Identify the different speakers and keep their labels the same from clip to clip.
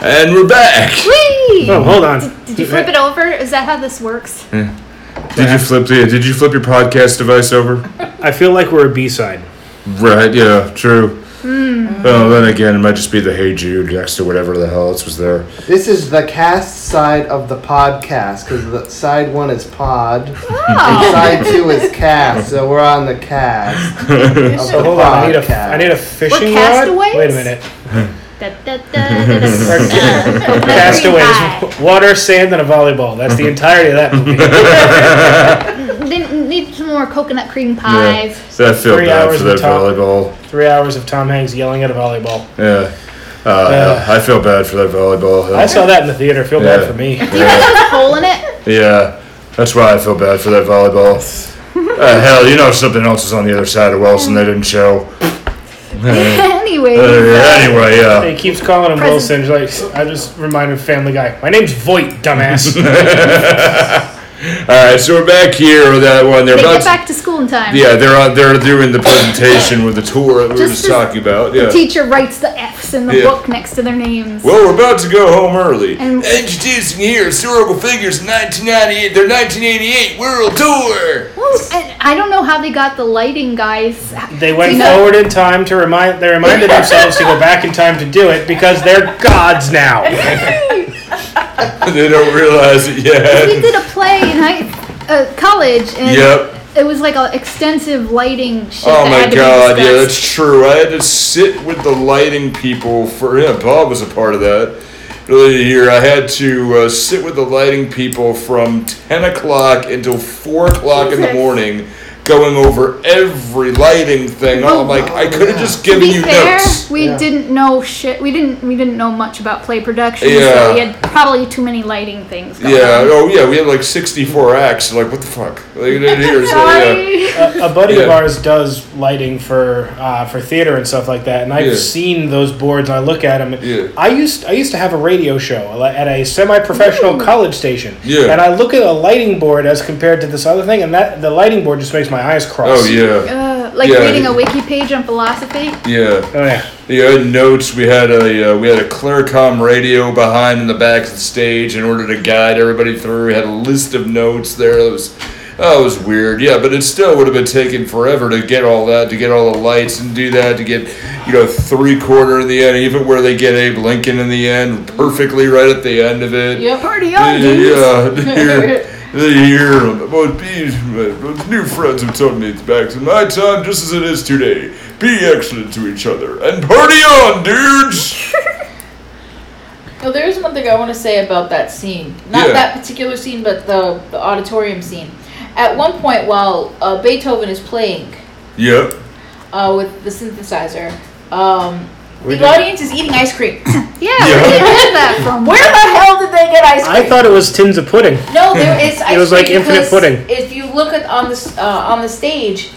Speaker 1: And we're back.
Speaker 2: Whee!
Speaker 3: Oh, hold on.
Speaker 2: Did, did you flip it over? Is that how this works?
Speaker 1: Did you flip the? Did you flip your podcast device over?
Speaker 3: I feel like we're a B side.
Speaker 1: Right. Yeah. True. Oh, then again, it might just be the Hey Jude next to whatever the hell else was there.
Speaker 4: This is the cast side of the podcast because the side one is pod,
Speaker 2: Oh,
Speaker 4: side two is cast. So we're on the cast. of
Speaker 3: So
Speaker 4: the
Speaker 3: hold on. I need a,
Speaker 4: podcast.
Speaker 3: I need a fishing
Speaker 2: We're
Speaker 3: rod.
Speaker 2: castaways?
Speaker 3: Wait a minute.
Speaker 2: Da, da, da, da, da.
Speaker 3: Castaways. Water, sand, and a volleyball. That's the entirety of that movie.
Speaker 2: Then need some more coconut cream pie.
Speaker 1: That felt
Speaker 3: Three
Speaker 1: bad
Speaker 3: hours
Speaker 1: for that
Speaker 3: of talk.
Speaker 1: volleyball.
Speaker 3: Three hours of Tom Hanks yelling at a volleyball.
Speaker 1: Yeah. Uh, yeah, I feel bad for that volleyball.
Speaker 3: I saw that in the theater. Feel bad
Speaker 1: Yeah.
Speaker 3: for me.
Speaker 2: Do you have a hole in it?
Speaker 1: Yeah, that's why I feel bad for that volleyball. uh, hell, you know something else is on the other side of Wilson they didn't show.
Speaker 2: anyway.
Speaker 1: Uh, anyway, yeah.
Speaker 3: He keeps calling him
Speaker 2: Present.
Speaker 3: Wilson. He's Like I just reminded Family Guy. My name's Voight, dumbass.
Speaker 1: All right, so we're back here with that one. They're
Speaker 2: They
Speaker 1: about
Speaker 2: get
Speaker 1: to-
Speaker 2: back to school in time.
Speaker 1: yeah, they're on, they're doing the presentation with the tour that we were just
Speaker 2: Just as-
Speaker 1: talking about.
Speaker 2: The
Speaker 1: Yeah.
Speaker 2: teacher writes the F's in the
Speaker 1: Yeah.
Speaker 2: book next to their names.
Speaker 1: Well, we're about to go home early.
Speaker 2: And-
Speaker 1: Introducing here historical figures in 1998, their 1988 world tour.
Speaker 2: Well, and I don't know how they got the lighting guys.
Speaker 3: they
Speaker 2: Do
Speaker 3: went
Speaker 2: you know-
Speaker 3: forward in time to remind. They reminded themselves to go back in time to do it because they're gods now.
Speaker 1: they don't realize it
Speaker 2: We
Speaker 1: yet.
Speaker 2: did a play in high, uh, college, and
Speaker 1: Yep.
Speaker 2: it was like an extensive lighting shit.
Speaker 1: Oh
Speaker 2: that
Speaker 1: my
Speaker 2: had to be
Speaker 1: god, yeah,
Speaker 2: discussed.
Speaker 1: that's true. I had to sit with the lighting people for yeah, Bob was a part of that earlier here. I had to uh, sit with the lighting people from ten o'clock until four o'clock in the
Speaker 2: Jesus.
Speaker 1: morning, going over every lighting thing. Oh, I'm like, I could have just
Speaker 2: To
Speaker 1: given
Speaker 2: be
Speaker 1: you
Speaker 2: fair,
Speaker 1: notes.
Speaker 2: we
Speaker 4: Yeah.
Speaker 2: didn't know shit. We didn't. We didn't know much about play production.
Speaker 1: Yeah.
Speaker 2: So we had probably too many lighting things. Going
Speaker 1: Yeah,
Speaker 2: On.
Speaker 1: oh yeah, we had like sixty-four acts. Like, what the fuck? Like, here, so, yeah.
Speaker 2: Sorry.
Speaker 3: a buddy of
Speaker 1: Yeah.
Speaker 3: ours does lighting for uh, for theater and stuff like that, and I've
Speaker 1: Yeah.
Speaker 3: seen those boards. and I look at them. and
Speaker 1: Yeah.
Speaker 3: I used I used to have a radio show li- at a semi-professional college station,
Speaker 1: Yeah.
Speaker 3: and I look at a lighting board as compared to this other thing, and that the lighting board just makes my eyes cross.
Speaker 1: Oh yeah,
Speaker 2: Uh, like
Speaker 1: Yeah.
Speaker 2: reading a wiki page on philosophy.
Speaker 1: yeah.
Speaker 3: Oh, yeah.
Speaker 1: Yeah, I had notes. We had a uh, we had a Clearcom radio behind in the back of the stage in order to guide everybody through. We had a list of notes there. That was that was weird. Yeah, but it still would have been taking forever to get all that, to get all the lights and do that, to get you know three quarter in the end, even where they get Abe Lincoln in the end, perfectly right at the end of it.
Speaker 2: Party
Speaker 1: Yeah,
Speaker 2: on, dudes.
Speaker 1: yeah, here, here, well, be- well, uh, new friends have told me it's back to my time just as it is today. Be excellent to each other and party on, dudes!
Speaker 5: No, there is one thing I want to say about that scene. Not
Speaker 1: Yeah.
Speaker 5: that particular scene, but the, the auditorium scene. At one point, while uh, Beethoven is playing
Speaker 1: Yep.
Speaker 5: uh, with the synthesizer, um, the
Speaker 3: did-
Speaker 5: audience is eating ice cream.
Speaker 2: Yeah,
Speaker 1: Yeah.
Speaker 2: where did they get that from?
Speaker 5: Where the hell did they get ice cream?
Speaker 3: I thought it was tins of pudding.
Speaker 5: no, there is ice
Speaker 3: was
Speaker 5: cream
Speaker 3: like infinite
Speaker 5: because
Speaker 3: pudding.
Speaker 5: If you look at on the s- uh, on the stage,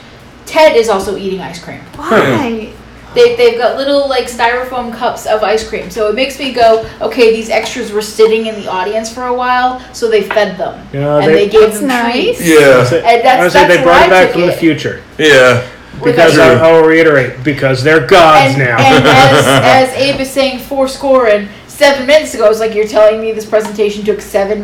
Speaker 5: Ted is also eating ice cream.
Speaker 2: Why?
Speaker 5: They, they've got little like styrofoam cups of ice cream. So it makes me go, okay, these extras were sitting in the audience for a while, so they fed them.
Speaker 3: Yeah,
Speaker 5: and
Speaker 3: they-
Speaker 5: they, gave
Speaker 2: That's
Speaker 5: them
Speaker 2: nice.
Speaker 5: treats.
Speaker 1: Yeah.
Speaker 5: And that's-
Speaker 3: Honestly,
Speaker 5: that's
Speaker 3: they brought it
Speaker 5: where I
Speaker 3: back
Speaker 5: took
Speaker 3: from the
Speaker 5: it.
Speaker 3: future
Speaker 1: Yeah.
Speaker 5: With
Speaker 3: because
Speaker 5: a-
Speaker 1: Sure.
Speaker 3: I, will reiterate because they're gods
Speaker 5: and,
Speaker 3: now.
Speaker 5: and as, as Abe is saying four score and seven minutes ago, it's like you're telling me this presentation took seven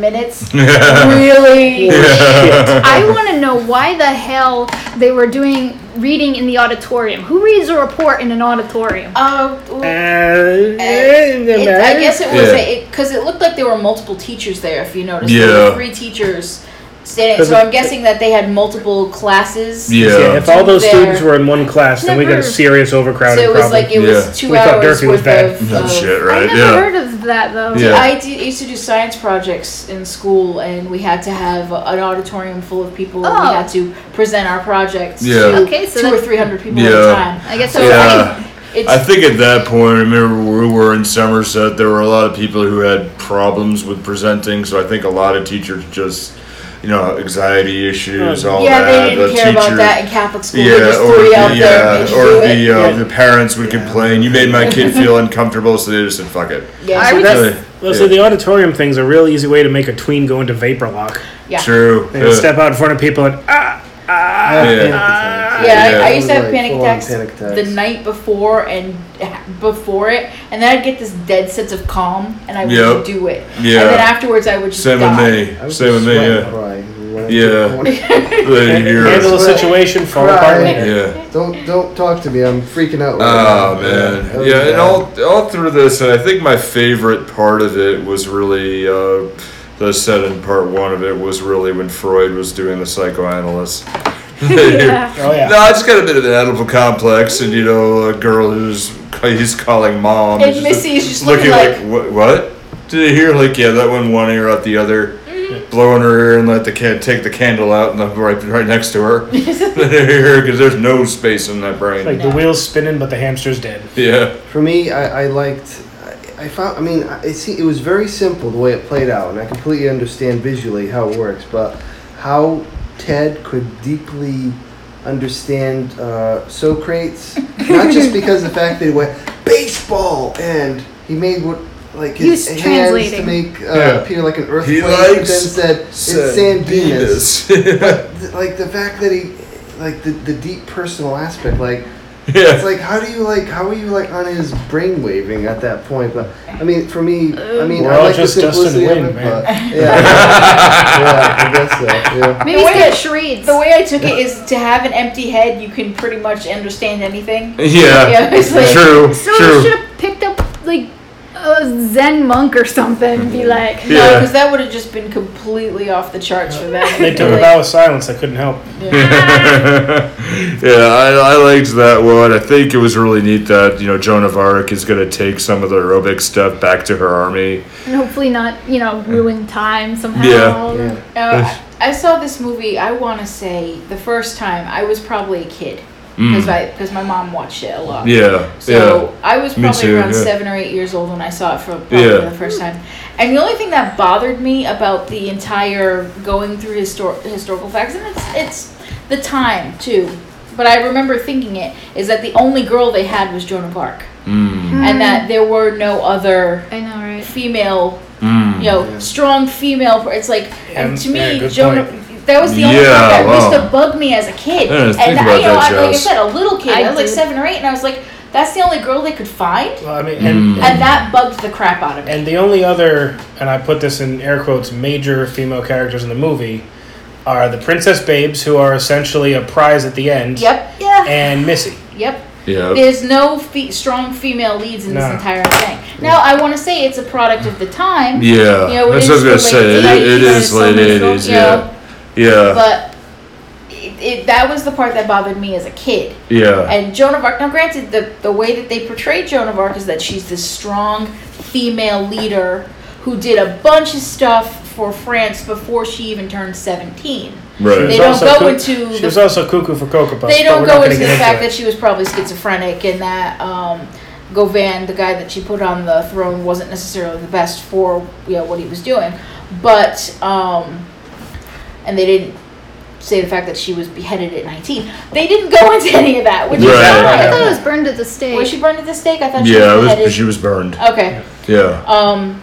Speaker 5: minutes? really?
Speaker 2: I want to know why the hell they were doing reading in the auditorium. Who reads a report in an auditorium?
Speaker 5: Uh, well,
Speaker 3: Uh,
Speaker 5: it, I guess it was
Speaker 1: Yeah.
Speaker 5: because it looked like there were multiple teachers there. If you noticed, there
Speaker 1: Yeah.
Speaker 5: were three teachers standing.
Speaker 3: 'Cause
Speaker 5: So
Speaker 3: it-
Speaker 5: I'm guessing that they had multiple classes.
Speaker 3: Yeah, if
Speaker 1: Yeah.
Speaker 3: all those
Speaker 5: There.
Speaker 3: students were in one class, then we got a
Speaker 2: Never.
Speaker 3: serious overcrowding
Speaker 5: So it was
Speaker 3: problem.
Speaker 5: like it
Speaker 1: Yeah.
Speaker 5: was two
Speaker 3: We thought
Speaker 5: hours
Speaker 3: Durfee was
Speaker 5: worth
Speaker 3: bad.
Speaker 5: of.
Speaker 1: No
Speaker 5: of-
Speaker 1: shit,
Speaker 2: I've
Speaker 1: right?
Speaker 2: never
Speaker 1: Yeah.
Speaker 2: heard of that though.
Speaker 1: Yeah.
Speaker 5: I did, used to do science projects in school, and we had to have an auditorium full of people. and
Speaker 2: Oh.
Speaker 5: We had to present our projects
Speaker 1: Yeah.
Speaker 5: to
Speaker 2: Okay, so
Speaker 5: two or
Speaker 2: that's-
Speaker 5: three hundred people
Speaker 1: Yeah.
Speaker 5: at a time.
Speaker 2: I guess
Speaker 5: So
Speaker 2: that's
Speaker 1: Yeah.
Speaker 5: It's,
Speaker 1: I think at that point, I remember we were in Somerset, there were a lot of people who had problems with presenting, so I think a lot of teachers just, you know, anxiety issues, all
Speaker 5: yeah,
Speaker 1: that.
Speaker 5: they
Speaker 1: the
Speaker 5: didn't care about
Speaker 1: teacher-
Speaker 5: that in Catholic school. Yeah,
Speaker 1: Yeah,
Speaker 5: just
Speaker 1: or
Speaker 5: three out
Speaker 1: the,
Speaker 5: there. and
Speaker 1: yeah,
Speaker 5: they
Speaker 1: or
Speaker 5: do it.
Speaker 1: the, uh,
Speaker 3: Yeah.
Speaker 1: the parents would complain. You made my kid feel uncomfortable, so they just said, "Fuck it."
Speaker 5: yeah,
Speaker 2: I
Speaker 5: so
Speaker 2: would
Speaker 1: Yeah,
Speaker 5: that's-
Speaker 3: That's- Well, so the auditorium thing's a real easy way to make a tween go into vapor lock.
Speaker 5: yeah.
Speaker 1: true.
Speaker 3: They would
Speaker 1: Yeah.
Speaker 3: step out in front of people and ah, ah,
Speaker 1: Yeah.
Speaker 3: ah.
Speaker 5: Yeah,
Speaker 1: Yeah.
Speaker 5: I, I used to have
Speaker 4: Like,
Speaker 5: panic
Speaker 4: full-on
Speaker 5: attacks
Speaker 4: panic
Speaker 5: the
Speaker 4: attacks.
Speaker 5: night before and before it, and then I'd get this dead sense of calm, and I would
Speaker 1: Yep.
Speaker 5: do it.
Speaker 1: Yeah.
Speaker 5: And then afterwards, I would just
Speaker 1: Same with
Speaker 5: die.
Speaker 1: me.
Speaker 4: I would
Speaker 1: Same with me.
Speaker 4: sweat and
Speaker 1: Yeah.
Speaker 4: cry when I
Speaker 1: Yeah.
Speaker 4: get home.
Speaker 1: They
Speaker 3: Handle
Speaker 1: hear
Speaker 3: the
Speaker 1: us.
Speaker 3: situation, fall
Speaker 4: Cry.
Speaker 3: apart later.
Speaker 1: Yeah.
Speaker 4: Don't don't talk to me. I'm freaking out. Right
Speaker 1: Oh
Speaker 4: now. That
Speaker 1: man,
Speaker 4: was
Speaker 1: yeah, and
Speaker 4: bad.
Speaker 1: all all through this, and I think my favorite part of it was really uh, the said in part one of it was really when Freud was doing the psychoanalyst.
Speaker 2: Yeah.
Speaker 3: Oh yeah.
Speaker 1: No, I just got a bit of an edible complex, and you know, a girl who's he's calling mom.
Speaker 5: And
Speaker 1: is
Speaker 5: Missy is just looking like-
Speaker 1: what? what? Did you hear? Like, yeah, that one one ear out the other,
Speaker 5: Mm-hmm.
Speaker 1: blowing her ear and let the can take the candle out and the, right right next to her. Because there's no space in that brain.
Speaker 3: Like the wheels spinning, but the hamster's dead.
Speaker 1: yeah,
Speaker 4: For me, I, I liked. I, I found. I mean, I- it see, it was very simple the way it played out, and I completely understand visually how it works. But how Ted could deeply understand uh, Socrates, not just because of the fact that he went baseball and he made what like
Speaker 2: He
Speaker 4: his
Speaker 2: was
Speaker 4: hands to
Speaker 2: translating.
Speaker 4: make uh,
Speaker 1: Yeah.
Speaker 4: appear like an
Speaker 1: he
Speaker 4: earthquake, but then
Speaker 1: likes
Speaker 4: said it's San
Speaker 1: Dimas.
Speaker 4: Dimas th- like the fact that he like the, the deep personal aspect like it's
Speaker 1: yeah,
Speaker 4: like how do you like how are you like on his brain waving at that point but i mean for me i mean
Speaker 3: We're
Speaker 4: i
Speaker 3: all
Speaker 4: like
Speaker 3: just
Speaker 4: the
Speaker 3: Dustin
Speaker 4: simplicity
Speaker 3: Wynn,
Speaker 4: of it
Speaker 3: man.
Speaker 4: but yeah yeah i guess so yeah
Speaker 2: Maybe
Speaker 5: The
Speaker 2: it's
Speaker 5: way
Speaker 2: good
Speaker 5: it-
Speaker 2: charades.
Speaker 5: The way I took it is to have an empty head, you can pretty much understand anything.
Speaker 1: yeah.
Speaker 5: it's like-
Speaker 1: True,
Speaker 2: so you
Speaker 1: true.
Speaker 2: should have picked up like a Zen monk or something. and Be
Speaker 1: Mm-hmm.
Speaker 2: like,
Speaker 5: No,
Speaker 1: Yeah.
Speaker 5: because that would have just been completely off the charts for them.
Speaker 3: They took a
Speaker 5: Like,
Speaker 3: vow of silence. I couldn't help.
Speaker 1: yeah, I, I liked that one. I think it was really neat that you know Joan of Arc is going to take some of the aerobic stuff back to her army.
Speaker 2: and hopefully not, you know, ruin time somehow.
Speaker 1: Yeah.
Speaker 4: yeah
Speaker 5: Uh, I I saw this movie. I want to say the first time I was probably a kid because because my mom watched it a lot.
Speaker 1: Hmm. Yeah,
Speaker 5: So I was
Speaker 1: Me
Speaker 5: probably
Speaker 1: too,
Speaker 5: around
Speaker 1: yeah.
Speaker 5: seven or eight years old when I saw it for probably
Speaker 1: Yeah.
Speaker 5: the first time. And the only thing that bothered me about the entire going through histor- historical facts, and it's it's the time too. But I remember thinking it is that the only girl they had was Joan of Arc,
Speaker 1: yeah. Mm,
Speaker 5: and that there were no other
Speaker 2: I know, right?
Speaker 5: female,
Speaker 1: mm.
Speaker 5: you know,
Speaker 4: Yeah.
Speaker 5: strong female. It's like, and to
Speaker 3: Mm-hmm. Yeah,
Speaker 5: me,
Speaker 3: good
Speaker 5: Joan.
Speaker 3: point.
Speaker 5: That was the only
Speaker 1: Yeah,
Speaker 5: thing that used
Speaker 1: wow.
Speaker 5: to bug me as a kid.
Speaker 1: I didn't
Speaker 5: and
Speaker 1: think
Speaker 5: I,
Speaker 1: about
Speaker 5: you know,
Speaker 1: that,
Speaker 5: I, like I
Speaker 1: Jess.
Speaker 5: said, a little kid. I,
Speaker 2: I
Speaker 5: was like
Speaker 2: did.
Speaker 5: seven or eight, and I was like, that's the only girl they could
Speaker 1: Mm-hmm.
Speaker 5: find.
Speaker 3: Well, I mean, and,
Speaker 1: Mm.
Speaker 5: And that bugged the crap out of me.
Speaker 3: and the only other, and I put this in air quotes, major female characters in the movie are the princess babes, who are essentially a prize at the end.
Speaker 5: Yep. Yeah.
Speaker 3: And Missy.
Speaker 5: Yep.
Speaker 1: Yeah.
Speaker 5: There's no fe- strong female leads in
Speaker 3: No. Mm-hmm.
Speaker 5: this entire thing. Now, I want to say it's a product of the time.
Speaker 1: Yeah,
Speaker 5: You know, it
Speaker 1: that's what I was
Speaker 5: is
Speaker 1: gonna
Speaker 5: the
Speaker 1: say.
Speaker 5: late
Speaker 1: It, it
Speaker 5: 80s,
Speaker 1: is
Speaker 5: so
Speaker 1: late
Speaker 5: many films,
Speaker 1: eighties.
Speaker 5: you know,
Speaker 1: Yeah, yeah,
Speaker 5: But it, it, that was the part that bothered me as a kid.
Speaker 1: yeah.
Speaker 5: And Joan of Arc. Now, granted, the the way that they portray Joan of Arc is that she's this strong female leader who did a bunch of stuff for France before she even turned seventeen.
Speaker 1: Right.
Speaker 5: They
Speaker 3: She
Speaker 5: don't
Speaker 3: was
Speaker 5: go
Speaker 3: also
Speaker 5: into
Speaker 3: She
Speaker 5: the-
Speaker 3: was also cuckoo for cocoa puffs.
Speaker 5: They
Speaker 3: but
Speaker 5: don't
Speaker 3: we're not
Speaker 5: go
Speaker 3: gonna
Speaker 5: into the
Speaker 3: get
Speaker 5: fact
Speaker 3: it.
Speaker 5: that she was probably schizophrenic and that um, Govan, the guy that she put on the throne, wasn't necessarily the best for you know, what he was doing. But um, and they didn't say the fact that she was beheaded at 19. They didn't go into any of that, which
Speaker 1: Right.
Speaker 2: I thought it
Speaker 5: is
Speaker 2: was burned at the stake.
Speaker 5: fine. Was she burned at the stake? I thought she
Speaker 1: Yeah, it
Speaker 5: was
Speaker 1: was,
Speaker 5: beheaded.
Speaker 1: she was burned.
Speaker 5: okay.
Speaker 1: Yeah.
Speaker 5: Um,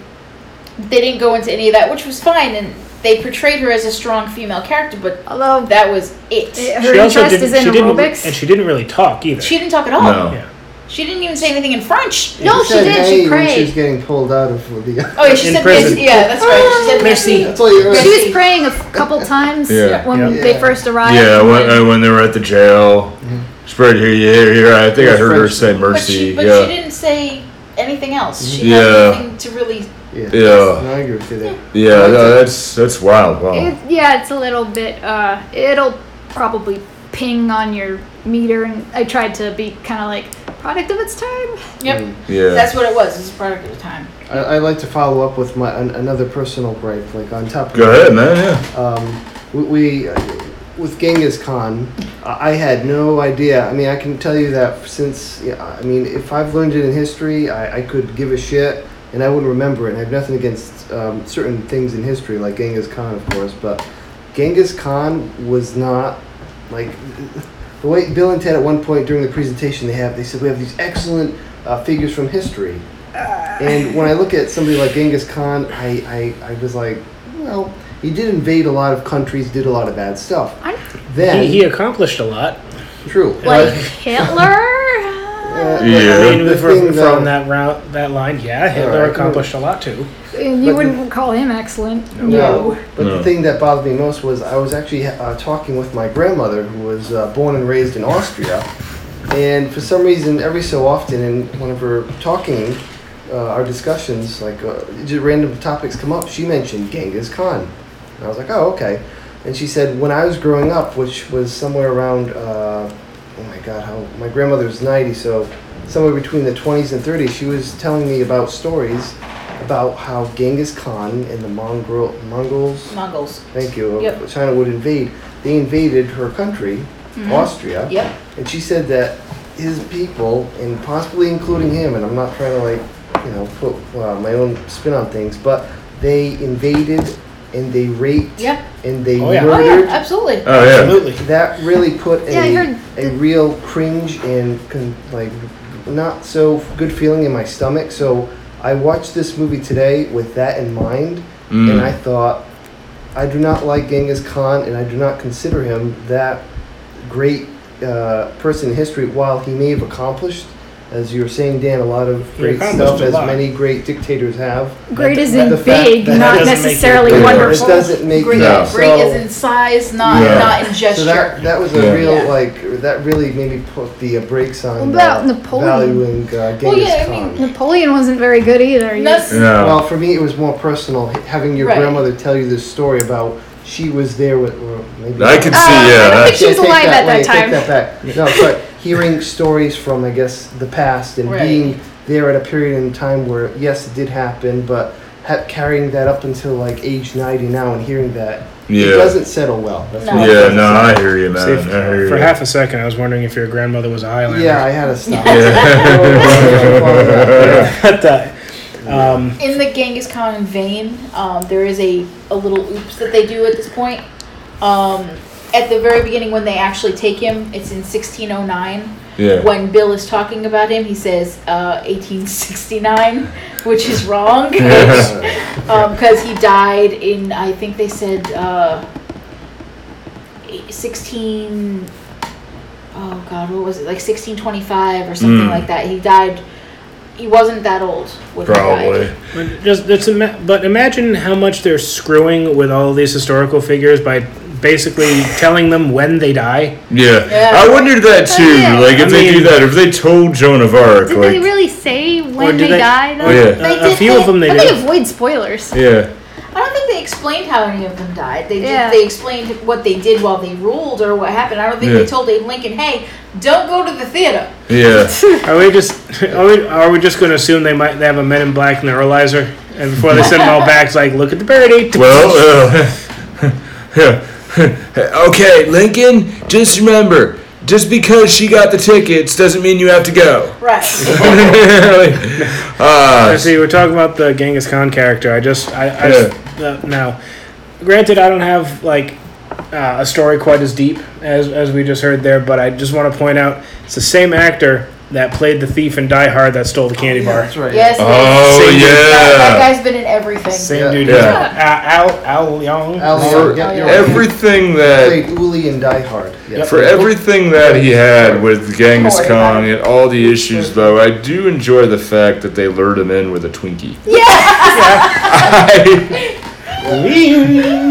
Speaker 5: they didn't go into any of that, which was fine, and they portrayed her as a strong female character, but
Speaker 2: Although
Speaker 5: that was
Speaker 2: it-
Speaker 5: it.
Speaker 3: She
Speaker 2: her
Speaker 3: also
Speaker 2: interest
Speaker 3: didn't-
Speaker 2: is in
Speaker 3: she didn't-
Speaker 2: aerobics.
Speaker 3: and she didn't really talk either.
Speaker 5: She didn't talk at all.
Speaker 1: No.
Speaker 3: yeah.
Speaker 5: She didn't even say anything in French.
Speaker 2: no, she
Speaker 4: said
Speaker 2: did.
Speaker 4: hey
Speaker 2: She
Speaker 4: when she was
Speaker 2: prayed.
Speaker 4: getting pulled out of the
Speaker 5: Oh, yeah, she
Speaker 3: In
Speaker 5: said
Speaker 3: prison.
Speaker 5: Merci. Yeah, that's right. She said
Speaker 3: Merci.
Speaker 5: Merci.
Speaker 4: that's all you ever
Speaker 2: She was
Speaker 5: Yeah.
Speaker 2: praying a f- couple times
Speaker 1: Yeah.
Speaker 2: when
Speaker 4: Yeah.
Speaker 2: they first arrived.
Speaker 1: Yeah, when, uh, when they were at the jail,
Speaker 5: Mm-hmm.
Speaker 1: spread here, here, here. I think I heard her say
Speaker 5: But,
Speaker 1: mercy.
Speaker 5: she, but
Speaker 1: yeah,
Speaker 5: she didn't say anything else. She
Speaker 1: Yeah.
Speaker 5: had nothing to really.
Speaker 4: yeah,
Speaker 1: Yeah.
Speaker 4: No, i agree with you there
Speaker 1: yeah, no, that's that's wild. Wow.
Speaker 2: It, yeah, it's a little bit. Uh, it'll probably ping on your meter, and I tried to be kind of like product of its time.
Speaker 5: Yep.
Speaker 4: Mm.
Speaker 1: yeah,
Speaker 5: That's what it was. It's a product of the time.
Speaker 4: I, i'd like to follow up with my an, another personal break like on top of
Speaker 1: Go ahead, man. Yeah.
Speaker 4: um, we, we uh, with Genghis Khan, I I had no idea. I mean, I can tell you that since yeah, I mean, if I've learned it in history, I, I could give a shit and I wouldn't remember it. And I have nothing against um, certain things in history, like Genghis Khan, of course, but Genghis Khan was not like the way Bill and Ted at one point during the presentation they have. They said we have these excellent uh, figures from history. And when I look at somebody like Genghis Khan, I, I, I was like, well, he did invade a lot of countries, did a lot of bad stuff.
Speaker 2: I-
Speaker 4: Then
Speaker 3: He, he accomplished a lot.
Speaker 4: True.
Speaker 2: Like Hitler?
Speaker 4: Uh,
Speaker 1: Yeah.
Speaker 3: I mean,
Speaker 4: the
Speaker 3: if we're
Speaker 4: thing
Speaker 3: from
Speaker 4: that-
Speaker 3: that route, that line, yeah, Hitler
Speaker 4: Alright.
Speaker 3: accomplished a lot too.
Speaker 2: And you
Speaker 4: But the-
Speaker 2: wouldn't call him excellent.
Speaker 4: No,
Speaker 2: No.
Speaker 4: but
Speaker 1: No.
Speaker 4: the thing that bothered me most was I was actually uh, talking with my grandmother, who was uh, born and raised in Austria, and for some reason, every so often, in one of her talking, uh, our discussions, like uh, just random topics come up, she mentioned Genghis Khan, and I was like, oh, okay, and she said when I was growing up, which was somewhere around, uh, oh my God, how my grandmother's ninety, so somewhere between the 20s and 30s, she was telling me about stories about how Genghis Khan and the Mongol Mongols,
Speaker 5: Mongols.
Speaker 4: thank you, of
Speaker 5: Yep.
Speaker 4: China would invade. They invaded her country, Austria,
Speaker 5: Mm-hmm. Yep.
Speaker 4: and she said that his people, and possibly including him, and I'm not trying to like, you know, put uh, my own spin on things, but they invaded and they raped
Speaker 5: Yep.
Speaker 4: and they
Speaker 3: Oh, yeah.
Speaker 5: Oh
Speaker 4: murdered.
Speaker 5: yeah, absolutely.
Speaker 1: Oh
Speaker 3: Absolutely.
Speaker 4: That really put a,
Speaker 2: Yeah, I heard
Speaker 4: a real cringe and con- like not so good feeling in my stomach. So I watched this movie today with that in mind,
Speaker 1: Mm.
Speaker 4: and I thought, I do not like Genghis Khan, and I do not consider him that great uh, person in history. While he may have accomplished, as you were saying, Dan, a lot of
Speaker 3: He
Speaker 4: great
Speaker 3: accomplished
Speaker 4: stuff,
Speaker 3: a
Speaker 4: as
Speaker 3: lot.
Speaker 4: many great dictators have.
Speaker 2: Great is
Speaker 4: that-
Speaker 2: in
Speaker 4: the fact
Speaker 2: big,
Speaker 4: that
Speaker 2: not
Speaker 3: doesn't make it
Speaker 2: necessarily
Speaker 1: good.
Speaker 4: This
Speaker 2: wonderful.
Speaker 4: doesn't make
Speaker 5: Great,
Speaker 1: Yeah.
Speaker 4: it
Speaker 5: great
Speaker 4: so-
Speaker 5: is in size, not
Speaker 1: Yeah.
Speaker 5: not in gesture.
Speaker 4: So that that was a
Speaker 1: Yeah.
Speaker 4: real
Speaker 5: Yeah.
Speaker 4: like that really maybe put the uh, brakes on
Speaker 2: What about
Speaker 4: uh,
Speaker 2: Napoleon?
Speaker 4: valuing uh, Genghis
Speaker 5: Well, yeah, I
Speaker 4: Khan.
Speaker 2: Napoleon wasn't very good either. He
Speaker 5: That's-
Speaker 1: yeah.
Speaker 2: was-
Speaker 1: No.
Speaker 4: Well, for me, it was more personal h- having your
Speaker 5: Right.
Speaker 4: grandmother tell you this story about she was there with or maybe
Speaker 1: I could
Speaker 2: Uh,
Speaker 1: see,
Speaker 2: I don't
Speaker 1: yeah.
Speaker 2: think
Speaker 1: that's-
Speaker 2: she was
Speaker 4: Yeah, take
Speaker 2: alive at
Speaker 4: way,
Speaker 2: that
Speaker 4: take
Speaker 2: time.
Speaker 4: that back. No, but hearing stories from I guess the past and
Speaker 5: Right.
Speaker 4: being there at a period in time where yes, it did happen, but ha- carrying that up until like age ninety now and hearing that it
Speaker 1: Yeah.
Speaker 4: doesn't settle well. That's what it
Speaker 1: Yeah,
Speaker 4: doesn't
Speaker 1: no,
Speaker 4: settle.
Speaker 1: I hear you, man.
Speaker 3: See,
Speaker 1: I hear you.
Speaker 3: for half a second, I was wondering if your grandmother was a Highlander.
Speaker 4: Yeah, I had to stop.
Speaker 1: Yeah.
Speaker 3: What the- um,
Speaker 5: in the Genghis Khan vein, um, there is a, a little oops that they do at this point. Um, at the very beginning, when they actually take him, it's in 1609.
Speaker 1: Yeah.
Speaker 5: When Bill is talking about him, he says uh, 1869, which is wrong
Speaker 1: Yeah.
Speaker 5: because he died in I think they said uh, eight- 16. Oh God, what was it? Like 1625 or something
Speaker 1: Mm.
Speaker 5: like that. He died. He wasn't that old when he died.
Speaker 1: Probably.
Speaker 3: but just that's ima- but imagine how much they're screwing with all these historical figures by basically telling them when they die.
Speaker 1: Yeah.
Speaker 5: Yeah.
Speaker 1: I wondered that too.
Speaker 2: Yeah.
Speaker 1: Like, if
Speaker 3: I
Speaker 1: they do
Speaker 3: mean-
Speaker 1: that, if they told Joan of Arc,
Speaker 2: Did
Speaker 1: like,
Speaker 2: they really say when
Speaker 3: did
Speaker 2: they,
Speaker 3: they-
Speaker 2: died?
Speaker 1: or- Yeah.
Speaker 3: A- a few of them they
Speaker 2: I
Speaker 3: did.
Speaker 2: think avoid spoilers.
Speaker 1: yeah,
Speaker 5: I don't think they explained how any of them died. They
Speaker 2: Yeah.
Speaker 5: did, they explained what they did while they ruled or what happened. I don't think
Speaker 1: Yeah.
Speaker 5: they told Abe Lincoln, "Hey, don't go to the theater."
Speaker 1: yeah.
Speaker 3: Are we just are we, are we just going to assume they might they have a Men in Black neuralizer, and before they send them all back, it's like look at the parody.
Speaker 1: Well, uh, okay, Lincoln, just remember, just because she got the tickets doesn't mean you have to go.
Speaker 5: Right.
Speaker 1: Like,
Speaker 3: I
Speaker 1: uh,
Speaker 3: see. We're talking about the Genghis Khan character. I just, I, I uh, now, granted, I don't have like uh, a story quite as deep as as we just heard there, but I just want to point out it's the same actor that played the thief in Die Hard that stole the candy
Speaker 4: Yeah,
Speaker 3: bar.
Speaker 4: that's right.
Speaker 5: yes.
Speaker 1: oh
Speaker 3: Same dude.
Speaker 5: That, that
Speaker 1: yeah,
Speaker 5: guy's been in everything.
Speaker 3: Same
Speaker 4: Yeah.
Speaker 3: dude.
Speaker 1: Yeah.
Speaker 3: Uh, Al Al Young.
Speaker 4: Al Young, yeah, you're right.
Speaker 1: everything that
Speaker 4: played Uli in Die Hard. Yes.
Speaker 1: for everything that he had with Genghis Khan and all the issues, though, I do enjoy the fact that they lured him in with a Twinkie. Yeah.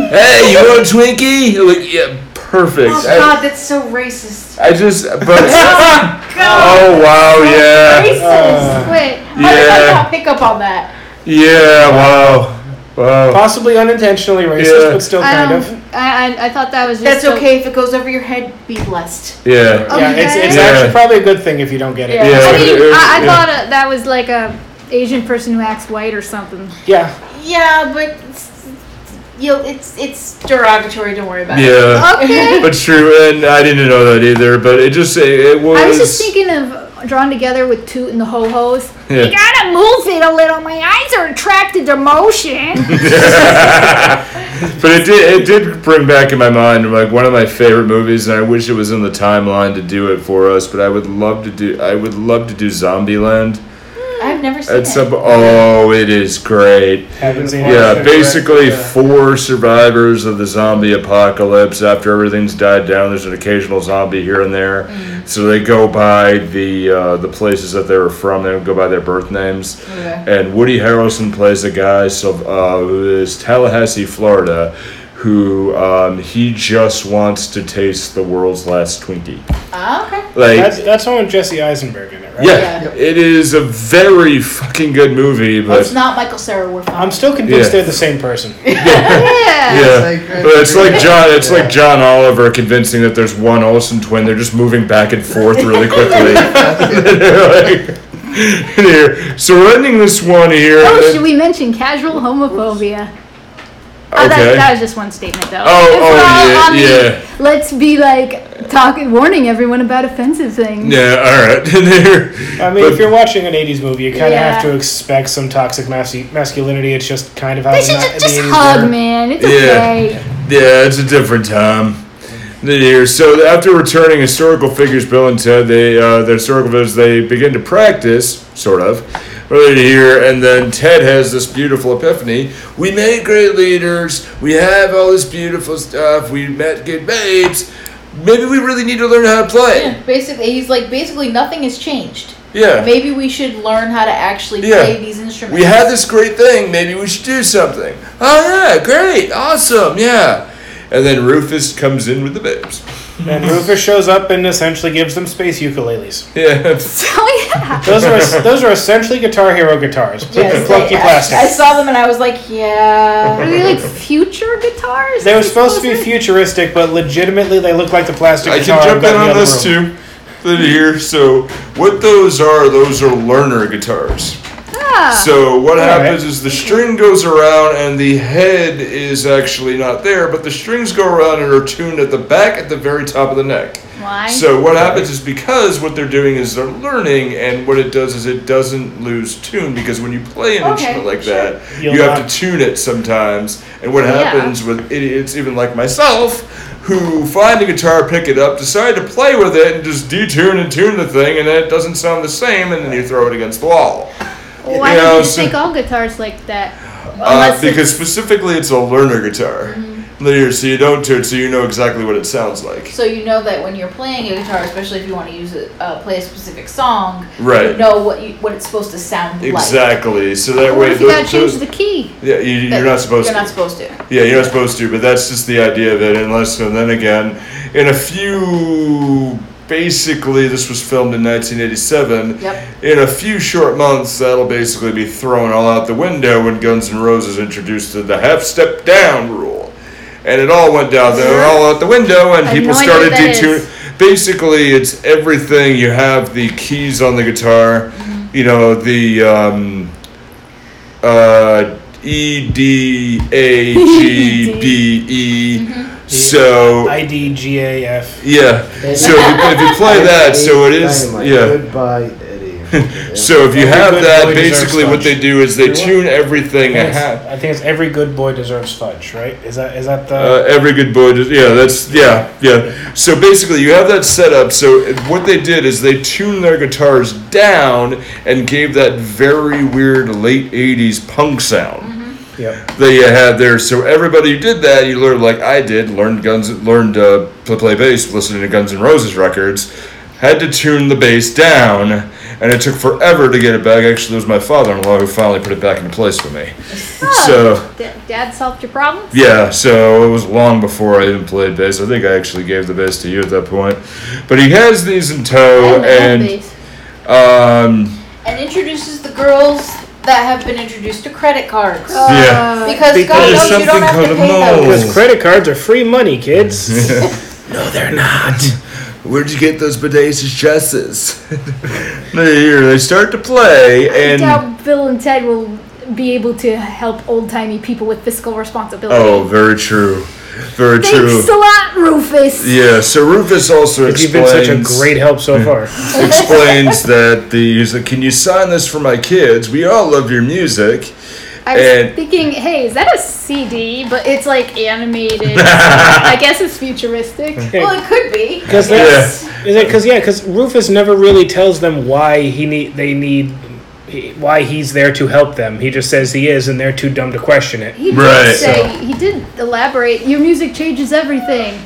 Speaker 1: hey, you want a Twinkie? Like, yeah, perfect.
Speaker 5: Oh
Speaker 1: I-
Speaker 5: God, that's so racist.
Speaker 1: I just, but oh wow, yeah,
Speaker 4: Uh,
Speaker 5: Racist.
Speaker 2: Wait,
Speaker 5: How did I
Speaker 1: yeah,
Speaker 5: not pick up on that?
Speaker 2: Oh,
Speaker 1: yeah, wow, wow.
Speaker 3: Possibly unintentionally racist,
Speaker 1: Yeah.
Speaker 3: but
Speaker 4: oh,
Speaker 3: still
Speaker 2: I,
Speaker 3: kind
Speaker 2: don't-
Speaker 3: of.
Speaker 2: um, I, I, I thought that was just
Speaker 5: That's
Speaker 2: a-
Speaker 5: okay if it goes over your head. Be blessed.
Speaker 2: Oh,
Speaker 1: Yeah,
Speaker 3: Yeah, it's, it's
Speaker 1: Yeah.
Speaker 3: actually probably a good thing if you don't get it.
Speaker 5: Yeah.
Speaker 2: I
Speaker 1: yeah.
Speaker 2: mean,
Speaker 1: it-
Speaker 2: I, I
Speaker 1: it-
Speaker 2: thought uh, that was like a Asian person who acts white or something.
Speaker 3: Yeah.
Speaker 5: Yeah, but it's, you know, it's it's derogatory. Don't worry about it.
Speaker 1: yeah,
Speaker 2: Okay.
Speaker 1: but true, and I didn't know that either. But it just it, it was.
Speaker 2: I was just thinking of drawn together with Toot and the Ho Hos. You
Speaker 1: Yeah.
Speaker 2: gotta move it a little. My eyes are attracted to motion.
Speaker 1: but it did it did bring back in my mind like one of my favorite movies, and I wish it was in the timeline to do it for us. But I would love to do I would love to do Zombieland.
Speaker 5: I've never seen
Speaker 1: At
Speaker 5: it.
Speaker 1: some, oh, it is great.
Speaker 3: Haven't seen it.
Speaker 1: Yeah,
Speaker 3: Right.
Speaker 1: basically
Speaker 3: Yeah.
Speaker 1: four survivors of the zombie apocalypse. After everything's died down, there's an occasional zombie here and there. So they go by the uh, the places that they were from. They don't go by their birth names.
Speaker 5: Okay.
Speaker 1: And Woody Harrelson plays a guy so, uh, who is Tallahassee, Florida, who um, he just wants to taste the world's last Twinkie.
Speaker 5: Ah, okay.
Speaker 1: Like
Speaker 3: That's that's on Jesse Eisenberg in it, right?
Speaker 1: yeah,
Speaker 5: Yeah.
Speaker 1: it is a very fucking good movie,
Speaker 5: Well, it's
Speaker 1: but
Speaker 5: not Michael Sarah. We're fine.
Speaker 3: I'm still convinced
Speaker 1: Yeah.
Speaker 3: they're the same person.
Speaker 2: Yeah.
Speaker 1: yeah.
Speaker 4: It's like-
Speaker 1: But it's like John. It's like John Oliver convincing that there's one Olsen twin. They're just moving back and forth really quickly. Like, here, so we're ending this one here. and
Speaker 2: Oh,
Speaker 1: then-
Speaker 2: should we mention casual homophobia? Oh,
Speaker 1: Okay.
Speaker 2: that, that was just one statement, though.
Speaker 1: Oh,
Speaker 2: If we're
Speaker 1: oh,
Speaker 2: all
Speaker 1: yeah,
Speaker 2: on the-
Speaker 1: yeah.
Speaker 2: Let's be like talking, warning everyone about offensive things.
Speaker 1: yeah, all right. And there-
Speaker 3: I mean,
Speaker 1: But-
Speaker 3: if you're watching an '80s movie, you kind of
Speaker 2: Yeah.
Speaker 3: have to expect some toxic mas- masculinity. It's just kind of how
Speaker 2: They
Speaker 3: the
Speaker 2: should
Speaker 3: ma-
Speaker 2: just,
Speaker 3: the
Speaker 2: just
Speaker 3: 80s
Speaker 2: hug,
Speaker 3: were.
Speaker 2: man. It's
Speaker 1: Yeah.
Speaker 2: okay.
Speaker 1: Yeah, it's a different time. Here. So after returning historical figures, Bill and Ted, they uh, the historical figures they begin to practice, sort of, earlier here, and then Ted has this beautiful epiphany. We made great leaders. We have all this beautiful stuff. We met good babes. Maybe we really need to learn how to play.
Speaker 5: Yeah, basically, he's like, basically, nothing has changed.
Speaker 1: Yeah.
Speaker 5: Maybe we should learn how to actually
Speaker 1: Yeah.
Speaker 5: play these instruments.
Speaker 1: We have this great thing. Maybe we should do something. Oh yeah, great, awesome, yeah. And then Rufus comes in with the babes.
Speaker 3: And Rufus shows up and essentially gives them space ukuleles.
Speaker 1: Yeah.
Speaker 2: So yeah.
Speaker 3: Those are es- those are essentially Guitar Hero guitars. Plunky
Speaker 5: Yes,
Speaker 3: plunky
Speaker 5: I- I-
Speaker 3: plastic.
Speaker 5: I saw them and I was like,
Speaker 2: Are
Speaker 5: yeah.
Speaker 2: they like future guitars?
Speaker 3: They were supposed to be
Speaker 2: future.
Speaker 3: futuristic, but legitimately they look like the plastic
Speaker 1: I
Speaker 3: guitar.
Speaker 1: can jump
Speaker 3: got
Speaker 1: in
Speaker 3: the
Speaker 1: on
Speaker 3: other
Speaker 1: this
Speaker 3: room.
Speaker 1: too. Then Here, so what those are? Those are learner guitars.
Speaker 2: Ah.
Speaker 1: So what
Speaker 3: All
Speaker 1: happens
Speaker 3: right.
Speaker 1: is the string goes around and the head is actually not there, but the strings go around and are tuned at the back at the very top of the neck.
Speaker 2: Why?
Speaker 1: So what happens is because what they're doing is they're learning, and what it does is it doesn't lose tune because when you play an
Speaker 5: Okay,
Speaker 1: instrument like
Speaker 5: sure.
Speaker 1: that,
Speaker 3: You'll
Speaker 1: you have
Speaker 3: not-
Speaker 1: to tune it sometimes. And what
Speaker 2: Yeah.
Speaker 1: happens with idiots, even like myself, who find a guitar, pick it up, decide to play with it, and just detune and tune the thing, and then it doesn't sound the same, and then you throw it against the wall.
Speaker 2: Why
Speaker 1: you know,
Speaker 2: don't you
Speaker 1: so-
Speaker 2: think all guitars like that?
Speaker 1: Uh,
Speaker 2: Unless
Speaker 1: because
Speaker 2: it's- Mm-hmm.
Speaker 1: specifically, it's a learner guitar. Later, So you don't tune, so you know exactly what it sounds like.
Speaker 5: So you know that when you're playing a guitar, especially if you want to use it, uh, play a specific song, you
Speaker 1: Right.
Speaker 5: know what you, what it's supposed to sound like.
Speaker 1: Exactly. So that
Speaker 2: what
Speaker 1: way,
Speaker 2: if you
Speaker 1: those-
Speaker 2: gotta change
Speaker 1: those-
Speaker 2: the key?
Speaker 1: yeah, you,
Speaker 5: That
Speaker 1: you're not supposed
Speaker 5: You're
Speaker 1: to.
Speaker 5: not supposed to.
Speaker 1: Yeah, you're not supposed to, but that's just the idea of it. Unless, and then again, in a few, basically, this was filmed in 1987.
Speaker 5: Yep.
Speaker 1: In a few short months, that'll basically be thrown all out the window when Guns N' Roses introduced the half step down rule. And it all went down there, all out the window, and
Speaker 2: I have
Speaker 1: people
Speaker 2: no idea
Speaker 1: started
Speaker 2: what that
Speaker 1: detuning.
Speaker 2: is.
Speaker 1: Basically, it's everything. You have the keys on the guitar,
Speaker 2: Mm-hmm.
Speaker 1: you know, the. Um, uh, E D A G D
Speaker 2: Mm-hmm.
Speaker 1: E. So
Speaker 3: I D G A F.
Speaker 1: yeah, so if you, if you play that, so it is
Speaker 4: Dynamite.
Speaker 1: yeah.
Speaker 4: Goodbye, Eddie.
Speaker 1: So if you
Speaker 3: Every
Speaker 1: have
Speaker 3: good
Speaker 1: that,
Speaker 3: boy deserves
Speaker 1: basically what
Speaker 3: lunch.
Speaker 1: they do is they
Speaker 3: what?
Speaker 1: tune everything.
Speaker 3: I
Speaker 1: a
Speaker 3: think
Speaker 1: half.
Speaker 3: it's- I think it's every good boy deserves fudge, right? Is that is that the
Speaker 1: Uh, every good boy does. Yeah, that's yeah, yeah. So basically, you have that set up. So what they did is they tuned their guitars down and gave that very weird late '80s punk sound.
Speaker 3: Yep.
Speaker 1: that you had there. So everybody who did that, you learned like I did, learned guns, learned uh, to play bass, listening to Guns N' Roses records. Had to tune the bass down, and it took forever to get it back. Actually, it was my father-in-law who finally put it back into place for me. So
Speaker 2: D- Dad solved your problems.
Speaker 1: yeah, so it was long before I even played bass. I think I actually gave the bass to you at that point. But he has these in tow, and um,
Speaker 5: And introduces the girls that have been introduced to credit cards.
Speaker 2: Oh,
Speaker 1: Yeah.
Speaker 5: because,
Speaker 3: Because
Speaker 5: God
Speaker 3: there's
Speaker 5: knows
Speaker 1: something
Speaker 5: you don't have to
Speaker 1: called a
Speaker 5: pay
Speaker 1: mole.
Speaker 5: those.
Speaker 3: Because credit cards are free money, kids.
Speaker 1: No, they're not. Where'd you get those bodacious dresses? they here, they start to play,
Speaker 2: I
Speaker 1: and
Speaker 2: doubt Bill and Ted will be able to help old timey people with fiscal responsibility.
Speaker 1: oh, very true, very true.
Speaker 2: Thanks a lot, Rufus.
Speaker 1: yeah, so Rufus also
Speaker 3: You've been such a
Speaker 1: explains
Speaker 3: great help so far.
Speaker 1: explains that the he's like, can you sign this for my kids? We all love your music.
Speaker 2: I was
Speaker 1: And-
Speaker 2: thinking, hey, is that a CD? But it's like animated. I guess it's futuristic.
Speaker 5: Well, it could be.
Speaker 3: Because
Speaker 1: Yeah.
Speaker 3: that's is it? Because yeah, because Rufus never really tells them why he need they need he, why he's there to help them. He just says he is, and they're too dumb to question it.
Speaker 2: He did
Speaker 1: Right.
Speaker 2: say he did elaborate. Your music changes everything.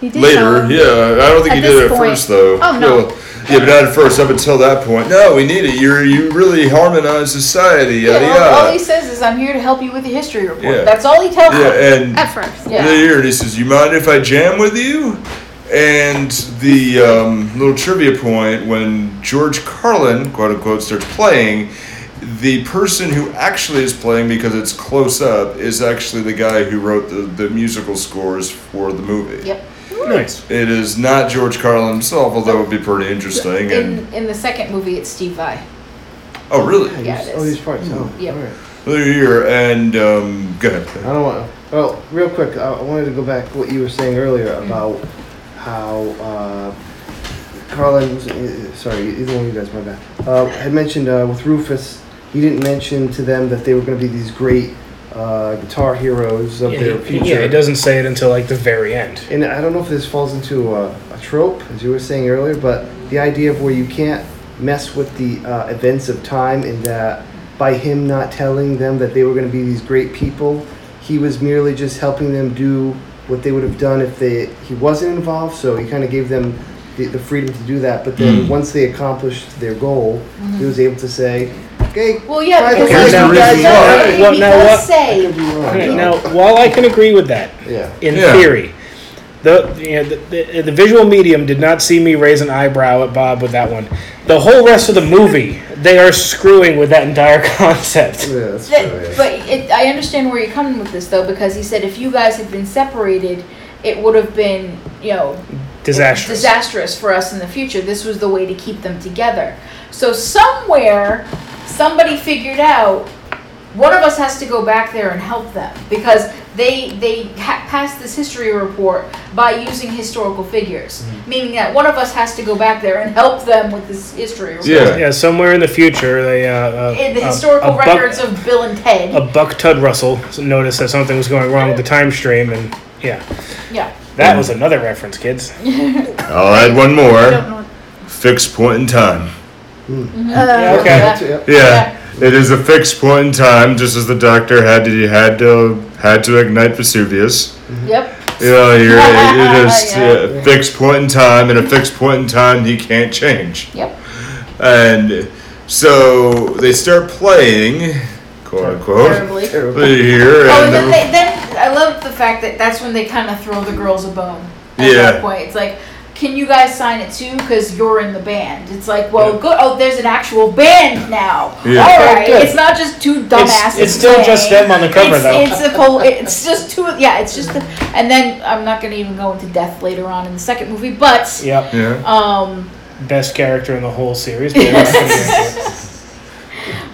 Speaker 2: He did.
Speaker 1: Later,
Speaker 2: however.
Speaker 1: yeah. I don't think
Speaker 2: At
Speaker 1: he did it
Speaker 2: this
Speaker 1: at
Speaker 2: point-
Speaker 1: first, though.
Speaker 2: Oh, no.
Speaker 1: Well, yeah, but not at first. Up until that point, no, we need it. You're you really harmonize society, yada
Speaker 5: Yeah, all, all he
Speaker 1: yada.
Speaker 5: says is, "I'm here to help you with the history report."
Speaker 1: Yeah.
Speaker 5: That's all he tells
Speaker 1: Yeah,
Speaker 5: them.
Speaker 1: and
Speaker 2: At first.
Speaker 5: Yeah.
Speaker 1: the year, and he says, "You mind if I jam with you?" And the um, little trivia point when George Carlin, quote unquote, starts playing, the person who actually is playing because it's close up is actually the guy who wrote the, the musical scores for the movie.
Speaker 5: Yep.
Speaker 3: Nice.
Speaker 1: It is not George Carlin himself, although it would be pretty interesting. And
Speaker 5: In in the second movie, it's Steve Vai.
Speaker 1: oh, really?
Speaker 5: Yeah,
Speaker 4: These-
Speaker 5: it
Speaker 4: oh,
Speaker 5: is.
Speaker 4: these parts. Oh,
Speaker 5: Yeah.
Speaker 4: all right.
Speaker 1: The year and um, go ahead.
Speaker 4: I don't want. Well, real quick, I I wanted to go back to what you were saying earlier
Speaker 3: Mm-hmm.
Speaker 4: about how uh, Carlin, was- eh, sorry, either one of you guys, my bad, uh, had mentioned uh, with Rufus, he didn't mention to them that they were going to be these great uh, guitar heroes of
Speaker 3: Yeah,
Speaker 4: their
Speaker 3: he,
Speaker 4: future.
Speaker 3: yeah, he doesn't say it until like the very end.
Speaker 4: And I don't know if this falls into a, a trope, as you were saying earlier, but the idea of where you can't mess with the uh, events of time, and that by him not telling them that they were going to be these great people, he was merely just helping them do what they would have done if they he wasn't involved. So he kind of gave them the, the freedom to do that. But then
Speaker 1: Mm.
Speaker 3: Hmm.
Speaker 4: once they accomplished their goal, he was able to say, "Okay,
Speaker 5: Mm-hmm. Well, yeah,
Speaker 4: Okay,
Speaker 5: because
Speaker 4: here's
Speaker 5: like,
Speaker 4: the
Speaker 5: he does-
Speaker 4: reason why.
Speaker 5: no, he-
Speaker 3: Well,
Speaker 5: he
Speaker 3: now
Speaker 5: does
Speaker 3: what-
Speaker 5: say,
Speaker 4: I could be wrong."
Speaker 3: Okay, now, while I can agree with that,
Speaker 4: yeah,
Speaker 3: in
Speaker 1: Yeah.
Speaker 3: theory. The, you know, the, the the visual medium did not see me raise an eyebrow at Bob with that one. The whole rest of the movie, they are screwing with that entire concept.
Speaker 4: yeah, that's
Speaker 5: That-
Speaker 3: Oh,
Speaker 4: true, yeah.
Speaker 5: but it, I understand where you're coming with this though, because he said if you guys had been separated, it would have been you know
Speaker 3: Disastrous.
Speaker 5: disastrous for us in the future. This was the way to keep them together. So somewhere, somebody figured out one of us has to go back there and help them because they they ha- passed this history report by using historical figures,
Speaker 3: Mm-hmm.
Speaker 5: meaning that one of us has to go back there and help them with this history report.
Speaker 1: Yeah.
Speaker 3: Yeah, somewhere in the future, they uh, uh,
Speaker 5: In the
Speaker 3: a-
Speaker 5: historical
Speaker 3: a buck-
Speaker 5: records of Bill and Ted.
Speaker 3: a buck Tud Russell noticed that something was going wrong with the time stream, and yeah,
Speaker 5: yeah.
Speaker 3: that was another reference, kids.
Speaker 1: I'll add one
Speaker 2: I don't
Speaker 1: more.
Speaker 2: know. what-
Speaker 1: Fixed point in time.
Speaker 3: Yeah,
Speaker 2: Uh,
Speaker 3: okay.
Speaker 4: That's- yeah.
Speaker 1: Yeah, it is a fixed point in time, just as the doctor had to had to had to ignite Vesuvius.
Speaker 3: Mm-hmm.
Speaker 5: Yep.
Speaker 1: You know, you're, it is
Speaker 5: Yeah.
Speaker 1: uh, a fixed point in time, and a fixed point in time he can't change.
Speaker 5: Yep.
Speaker 1: And so they start playing, quote unquote.
Speaker 5: Terribly.
Speaker 4: Terrible.
Speaker 1: They're Here and
Speaker 5: Oh, and then
Speaker 1: the-
Speaker 5: they, then I love the fact that that's when they kind of throw the girls a bone. At
Speaker 1: Yeah.
Speaker 5: That point, it's like, can you guys sign it too? Because you're in the band. It's like, well, good. Oh, there's an actual band now.
Speaker 1: Yeah.
Speaker 5: All right,
Speaker 3: good.
Speaker 5: it's not just two dumbasses.
Speaker 3: It's, it's still just
Speaker 5: playing.
Speaker 3: them on the cover,
Speaker 5: it's,
Speaker 3: though.
Speaker 5: It's a pol- It's just two. Yeah, it's just. The, and then I'm not gonna even go into death later on in the second movie, but
Speaker 3: Yep,
Speaker 1: yeah.
Speaker 2: Oh,
Speaker 5: um.
Speaker 3: best character in the whole series. But we're not gonna get into it.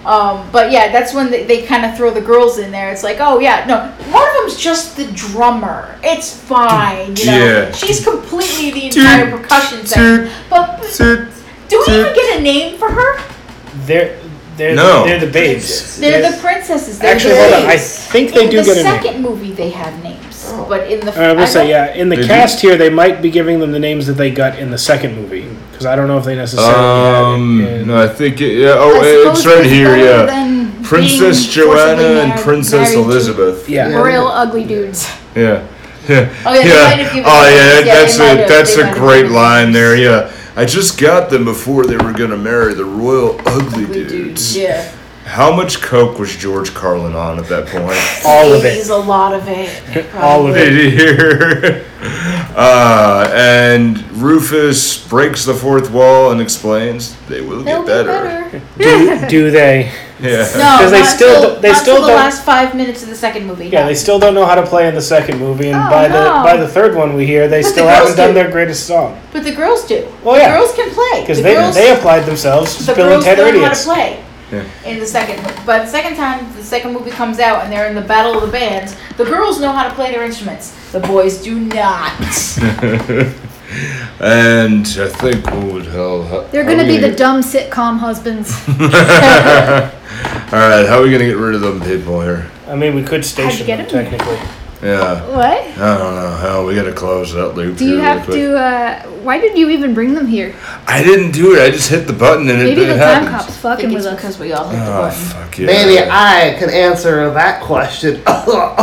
Speaker 5: Um, but yeah, that's when they, they kind of throw the girls in there. It's like, oh yeah, no, one of them's just the drummer. It's fine, you know.
Speaker 1: Yeah.
Speaker 5: She's completely the entire
Speaker 1: Toot,
Speaker 5: percussion
Speaker 1: toot,
Speaker 5: section. But
Speaker 1: Toot,
Speaker 5: do we even
Speaker 1: toot.
Speaker 5: get a name for her?
Speaker 3: They're they're
Speaker 1: No.
Speaker 3: they're the babes.
Speaker 5: They're the princesses. They're
Speaker 3: Actually,
Speaker 5: the
Speaker 3: hold on. I
Speaker 5: babes.
Speaker 3: think they
Speaker 5: in
Speaker 3: do
Speaker 5: the
Speaker 3: get a name.
Speaker 5: second movie they have names, but in the
Speaker 3: Uh, I will say,
Speaker 5: don't-
Speaker 3: yeah, in the
Speaker 1: They do.
Speaker 3: cast here, they might be giving them the names that they got in the second movie because I don't know if they necessarily. had it
Speaker 1: Um,
Speaker 3: in-
Speaker 1: no, I think it, yeah.
Speaker 2: I
Speaker 1: Oh,
Speaker 2: suppose
Speaker 1: it's right
Speaker 2: it's
Speaker 1: here.
Speaker 2: better
Speaker 1: Yeah,
Speaker 2: than
Speaker 1: Princess
Speaker 2: being
Speaker 1: Joanna
Speaker 2: forcibly
Speaker 1: and
Speaker 2: mar-
Speaker 1: Princess
Speaker 2: married to
Speaker 1: Elizabeth.
Speaker 3: yeah.
Speaker 2: Real ugly dudes.
Speaker 1: Yeah. Yeah.
Speaker 5: Oh, yeah, they might have
Speaker 1: yeah.
Speaker 5: given
Speaker 1: Oh, yeah.
Speaker 5: them- yeah, they
Speaker 1: That's
Speaker 5: might
Speaker 1: a
Speaker 5: have-
Speaker 1: that's
Speaker 5: they
Speaker 1: a
Speaker 5: might have
Speaker 1: great
Speaker 5: given them
Speaker 1: line there. Yeah. I just got them before they were gonna marry the royal ugly
Speaker 5: We do,
Speaker 1: dudes.
Speaker 5: Yeah,
Speaker 1: How much coke was George Carlin on at that point?
Speaker 3: All of it.
Speaker 5: He's a lot of it.
Speaker 3: All of it.
Speaker 1: Did you hear? Uh, and Rufus breaks the fourth wall and explains they will
Speaker 5: They'll
Speaker 1: get
Speaker 5: be
Speaker 1: better.
Speaker 5: better.
Speaker 3: Do, do they?
Speaker 1: Yeah.
Speaker 5: No,
Speaker 3: 'Cause they
Speaker 5: not
Speaker 3: still
Speaker 5: until-
Speaker 3: don't- they
Speaker 5: not
Speaker 3: still
Speaker 5: until the
Speaker 3: don't-
Speaker 5: last five minutes of the second movie.
Speaker 3: Yeah,
Speaker 5: no.
Speaker 3: they still don't know how to play in the second movie, and
Speaker 5: Oh,
Speaker 3: by the
Speaker 5: no.
Speaker 3: by the third one we hear, they
Speaker 5: But
Speaker 3: still
Speaker 5: the
Speaker 3: haven't
Speaker 5: girls
Speaker 3: done
Speaker 5: do.
Speaker 3: their greatest song
Speaker 5: But the girls do.
Speaker 3: Well,
Speaker 5: the
Speaker 3: Oh, yeah.
Speaker 5: girls can play.
Speaker 3: because
Speaker 5: The
Speaker 3: they
Speaker 5: girls,
Speaker 3: they applied themselves
Speaker 5: the
Speaker 3: to Bill and
Speaker 5: girls
Speaker 3: Ted
Speaker 5: learn how to
Speaker 3: Idiots.
Speaker 5: play
Speaker 1: Yeah.
Speaker 5: in the second. But the second time, the second movie comes out and they're in the battle of the bands. The girls know how to play their instruments. The boys do not.
Speaker 1: and I think oh, what would hell? How,
Speaker 2: They're
Speaker 1: how
Speaker 2: gonna
Speaker 1: we
Speaker 2: be the dumb sitcom husbands.
Speaker 1: All right, how are we gonna get rid of them people here?
Speaker 3: I mean, we could
Speaker 2: How'd you
Speaker 3: station
Speaker 2: get
Speaker 3: them
Speaker 2: in there?
Speaker 3: technically.
Speaker 1: Yeah.
Speaker 2: What?
Speaker 1: I don't know. Hell, we gotta close that loop.
Speaker 2: Do you
Speaker 1: here
Speaker 2: have
Speaker 1: real quick.
Speaker 2: to? Uh, why did you even bring them here?
Speaker 1: I didn't do it. I just hit the button and
Speaker 2: Maybe
Speaker 1: it,
Speaker 2: the
Speaker 1: it
Speaker 2: time
Speaker 1: happened.
Speaker 2: cop's
Speaker 5: I
Speaker 2: fucking
Speaker 5: think
Speaker 2: with
Speaker 5: it's
Speaker 2: us.
Speaker 5: because we all hit the
Speaker 1: Oh
Speaker 5: button.
Speaker 1: fuck yeah.
Speaker 4: Maybe I can answer that question. oh,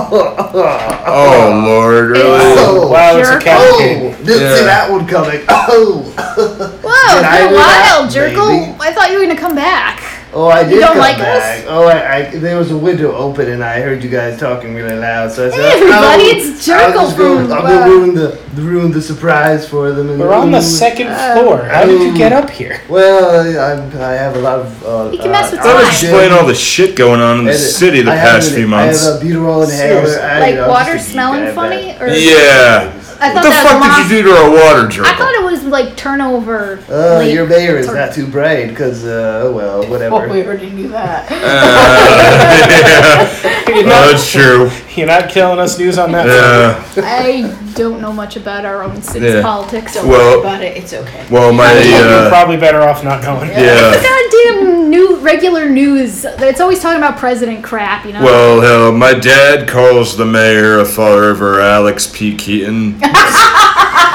Speaker 1: Oh lord, really?
Speaker 4: Oh,
Speaker 3: wow, it's a
Speaker 2: jerk.
Speaker 3: cat king.
Speaker 4: didn't see
Speaker 1: Yeah.
Speaker 4: that one coming. Oh,
Speaker 2: Whoa,
Speaker 4: Did
Speaker 2: it's
Speaker 4: I
Speaker 2: been a
Speaker 4: do that?
Speaker 2: while, Jerkle.
Speaker 4: Maybe.
Speaker 2: I thought you were gonna come back.
Speaker 4: oh, I did.
Speaker 2: don't
Speaker 4: come
Speaker 2: like
Speaker 4: back.
Speaker 2: us?
Speaker 4: Oh, I, I, there was a window open and I heard you guys talking really loud, so I said,
Speaker 2: Hey, everybody,
Speaker 4: oh,
Speaker 2: it's
Speaker 4: I'll
Speaker 2: Jerkle
Speaker 4: just go-
Speaker 2: from,
Speaker 4: I'll
Speaker 2: uh,
Speaker 4: go ruin the ruin the surprise for them. And
Speaker 3: We're on the second
Speaker 5: Uh,
Speaker 3: floor. How did
Speaker 5: um,
Speaker 3: you get up here?
Speaker 4: Well, I, I have a lot of. Uh,
Speaker 2: You can mess with
Speaker 4: uh,
Speaker 1: That was
Speaker 2: Fine.
Speaker 1: explain all the shit going on in the
Speaker 4: And
Speaker 1: city the
Speaker 4: I
Speaker 1: past
Speaker 4: have
Speaker 1: few
Speaker 4: an- I
Speaker 1: months.
Speaker 4: have a butyrol inhaler.
Speaker 3: Seriously.
Speaker 4: I,
Speaker 2: like
Speaker 4: you know, I'm
Speaker 2: water
Speaker 4: just a geek, I
Speaker 2: smelling
Speaker 4: have
Speaker 2: funny,
Speaker 4: that.
Speaker 2: or
Speaker 1: Yeah.
Speaker 2: I
Speaker 1: What
Speaker 2: thought
Speaker 1: the
Speaker 2: that
Speaker 1: fuck
Speaker 2: lost-
Speaker 1: did you do to our water jerk?
Speaker 2: I thought it was like turnover.
Speaker 4: Uh,
Speaker 2: late-
Speaker 4: your mayor is
Speaker 2: or-
Speaker 4: not too bright because, uh,
Speaker 2: Oh,
Speaker 4: well, whatever.
Speaker 5: Well, we already knew that.
Speaker 1: Uh,
Speaker 3: You're
Speaker 1: Oh,
Speaker 3: not,
Speaker 1: that's true.
Speaker 3: you're not killing us news on that.
Speaker 1: Yeah.
Speaker 2: I don't know much about our own city's
Speaker 1: Yeah.
Speaker 2: politics.
Speaker 5: Don't
Speaker 1: Well-
Speaker 5: worry about it. It's okay.
Speaker 1: Well, my
Speaker 3: You're
Speaker 1: uh,
Speaker 3: probably better off not going.
Speaker 2: It's
Speaker 1: yeah.
Speaker 2: the goddamn new regular news. It's always talking about president crap, you know.
Speaker 1: Well, hell, my dad calls the mayor of Fall River Alex P. Keaton,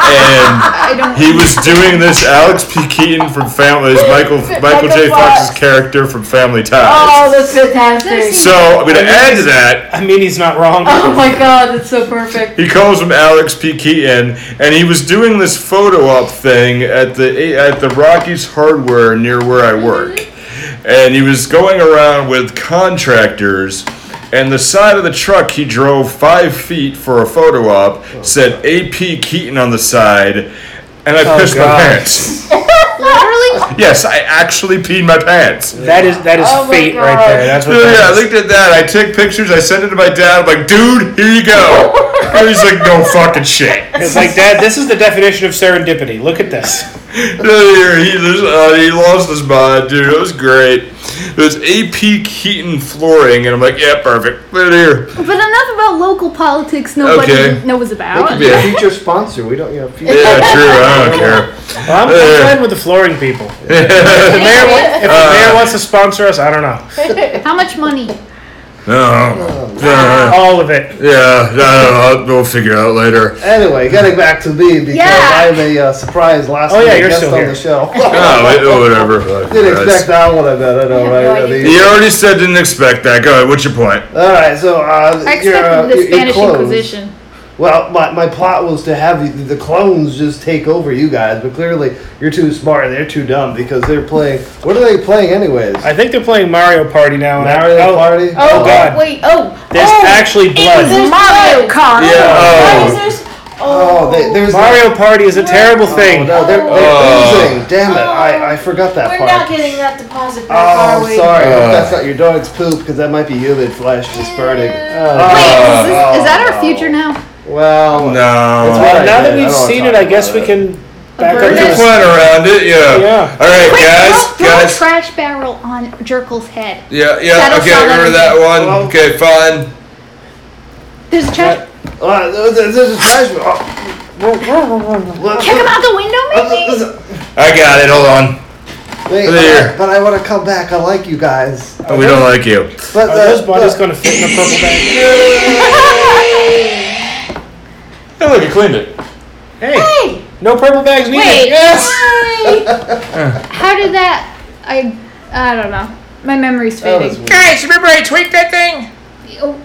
Speaker 1: and
Speaker 2: I don't.
Speaker 1: he was doing this. Alex P. Keaton from Family is Michael Michael J.
Speaker 5: Michael Fox.
Speaker 1: Fox's character from Family Ties.
Speaker 5: Oh, that's fantastic.
Speaker 1: So I'm gonna add to that.
Speaker 3: I mean, he's not wrong.
Speaker 5: Oh my god, that's so perfect.
Speaker 1: He calls him Alex P. Keaton, and he was doing this photo op thing at the at the Rockies Hardware near where I work, and he was going around with contractors. And the side of the truck he drove five feet for a photo op said AP Keaton on the side, and I
Speaker 3: Oh,
Speaker 1: pissed
Speaker 3: God.
Speaker 1: my pants.
Speaker 2: Literally,
Speaker 1: yes, I actually peed my pants.
Speaker 3: That is that is
Speaker 5: Oh my
Speaker 3: fate right
Speaker 5: God.
Speaker 3: there. That's what.
Speaker 1: Yeah,
Speaker 3: that
Speaker 1: I
Speaker 3: is.
Speaker 1: looked at that. I took pictures. I sent it to my dad. I'm like, dude, here you go. And he's like, no fucking shit.
Speaker 3: It's like, Dad, this is the definition of serendipity. Look at this.
Speaker 1: Earlier, he, just, uh, he lost his mind, dude. It was great. It was AP Keaton flooring, and I'm like, yeah, perfect. Right here.
Speaker 2: but enough about local politics. Nobody
Speaker 1: Okay.
Speaker 2: knows
Speaker 4: They
Speaker 2: about.
Speaker 4: could be a future sponsor. We don't, you know, future.
Speaker 1: Yeah, true. I don't care.
Speaker 3: Well, I'm, I'm fine with the flooring people. If the mayor, wa- if the
Speaker 1: Uh.
Speaker 3: mayor wants to sponsor us, I don't know.
Speaker 2: How much money?
Speaker 1: No. Yeah,
Speaker 3: All of it.
Speaker 1: yeah, I don't know. We'll figure it out later.
Speaker 4: Anyway, getting back to me because
Speaker 2: Yeah.
Speaker 4: I'm a uh, surprise last
Speaker 3: Oh, yeah,
Speaker 4: minute
Speaker 3: you're
Speaker 4: guest
Speaker 3: still
Speaker 4: on
Speaker 3: here.
Speaker 4: the show.
Speaker 1: Oh, wait, oh, whatever. Fuck,
Speaker 4: Didn't
Speaker 1: guys.
Speaker 4: expect that one, I bet. I know,
Speaker 5: Yeah,
Speaker 4: right?
Speaker 5: no,
Speaker 4: I
Speaker 5: you-
Speaker 4: mean-
Speaker 1: You already said didn't expect that. Go ahead. What's your point?
Speaker 4: all right, so uh,
Speaker 2: I
Speaker 4: you're, uh,
Speaker 2: expected the
Speaker 4: you're- you're
Speaker 2: Spanish
Speaker 4: closed.
Speaker 2: Inquisition.
Speaker 4: Well, my, my plot was to have you- the clones just take over you guys, but clearly you're too smart and they're too dumb because they're playing. What are they playing, anyways?
Speaker 3: I think they're playing Mario Party now. and I-
Speaker 4: Mario
Speaker 3: oh,
Speaker 4: Party?
Speaker 5: Oh,
Speaker 3: God.
Speaker 5: wait, oh.
Speaker 3: There's
Speaker 5: oh,
Speaker 3: actually blood.
Speaker 5: there's
Speaker 2: Mario
Speaker 5: blood.
Speaker 2: Kart.
Speaker 5: Why is
Speaker 1: Yeah.
Speaker 5: there's-
Speaker 4: Oh, they, there's
Speaker 3: Mario Party is a terrible thing.
Speaker 4: Oh, No, they're, they're
Speaker 1: Oh.
Speaker 4: losing. Damn it! I, I forgot that
Speaker 5: We're
Speaker 4: part.
Speaker 5: not getting that deposit back,
Speaker 4: Oh,
Speaker 5: are we?
Speaker 4: sorry. I hope
Speaker 1: Uh.
Speaker 4: that's not your dog's poop because that might be human flesh just burning.
Speaker 1: Uh,
Speaker 3: Oh.
Speaker 2: Wait, is,
Speaker 4: Oh,
Speaker 2: this, is that our
Speaker 4: no.
Speaker 2: future now?
Speaker 4: Well,
Speaker 1: No.
Speaker 4: That's
Speaker 3: Well,
Speaker 4: what
Speaker 3: now
Speaker 4: I
Speaker 3: that
Speaker 4: did. I
Speaker 3: we've
Speaker 4: don't wanna
Speaker 3: seen
Speaker 4: talk
Speaker 3: it, I
Speaker 4: about
Speaker 3: guess we
Speaker 4: it.
Speaker 3: can back up
Speaker 1: You
Speaker 3: to
Speaker 2: Avert
Speaker 1: can
Speaker 2: it.
Speaker 3: this.
Speaker 1: plan around it, yeah.
Speaker 3: Yeah.
Speaker 1: All right,
Speaker 2: Quick,
Speaker 1: guys,
Speaker 2: throw, throw a
Speaker 1: guys.
Speaker 2: trash barrel on Jerkle's head.
Speaker 1: Yeah, yeah.
Speaker 2: That'll
Speaker 1: Okay,
Speaker 2: solve
Speaker 1: remember that one.
Speaker 4: Well-
Speaker 1: okay, fine.
Speaker 2: There's a trash.
Speaker 4: Uh, there's- there's a trash. Oh, look,
Speaker 2: Kick him
Speaker 4: look,
Speaker 2: out the window,
Speaker 4: look,
Speaker 2: maybe.
Speaker 4: look, look.
Speaker 1: I got it. Hold on.
Speaker 4: Wait, but
Speaker 1: There.
Speaker 4: I- but I want to come back. I like you guys.
Speaker 1: But we don't like you.
Speaker 4: But
Speaker 3: Are
Speaker 4: uh,
Speaker 3: those bodies
Speaker 4: look,
Speaker 3: going to fit in a purple bag?
Speaker 1: Hey, look, you cleaned it.
Speaker 3: Hey,
Speaker 5: Hey,
Speaker 3: no purple bags needed.
Speaker 2: Wait.
Speaker 3: Yes.
Speaker 2: How did that? I I don't know. My memory's
Speaker 4: that was
Speaker 2: fading.
Speaker 4: weird.
Speaker 6: Guys, remember I tweaked that thing?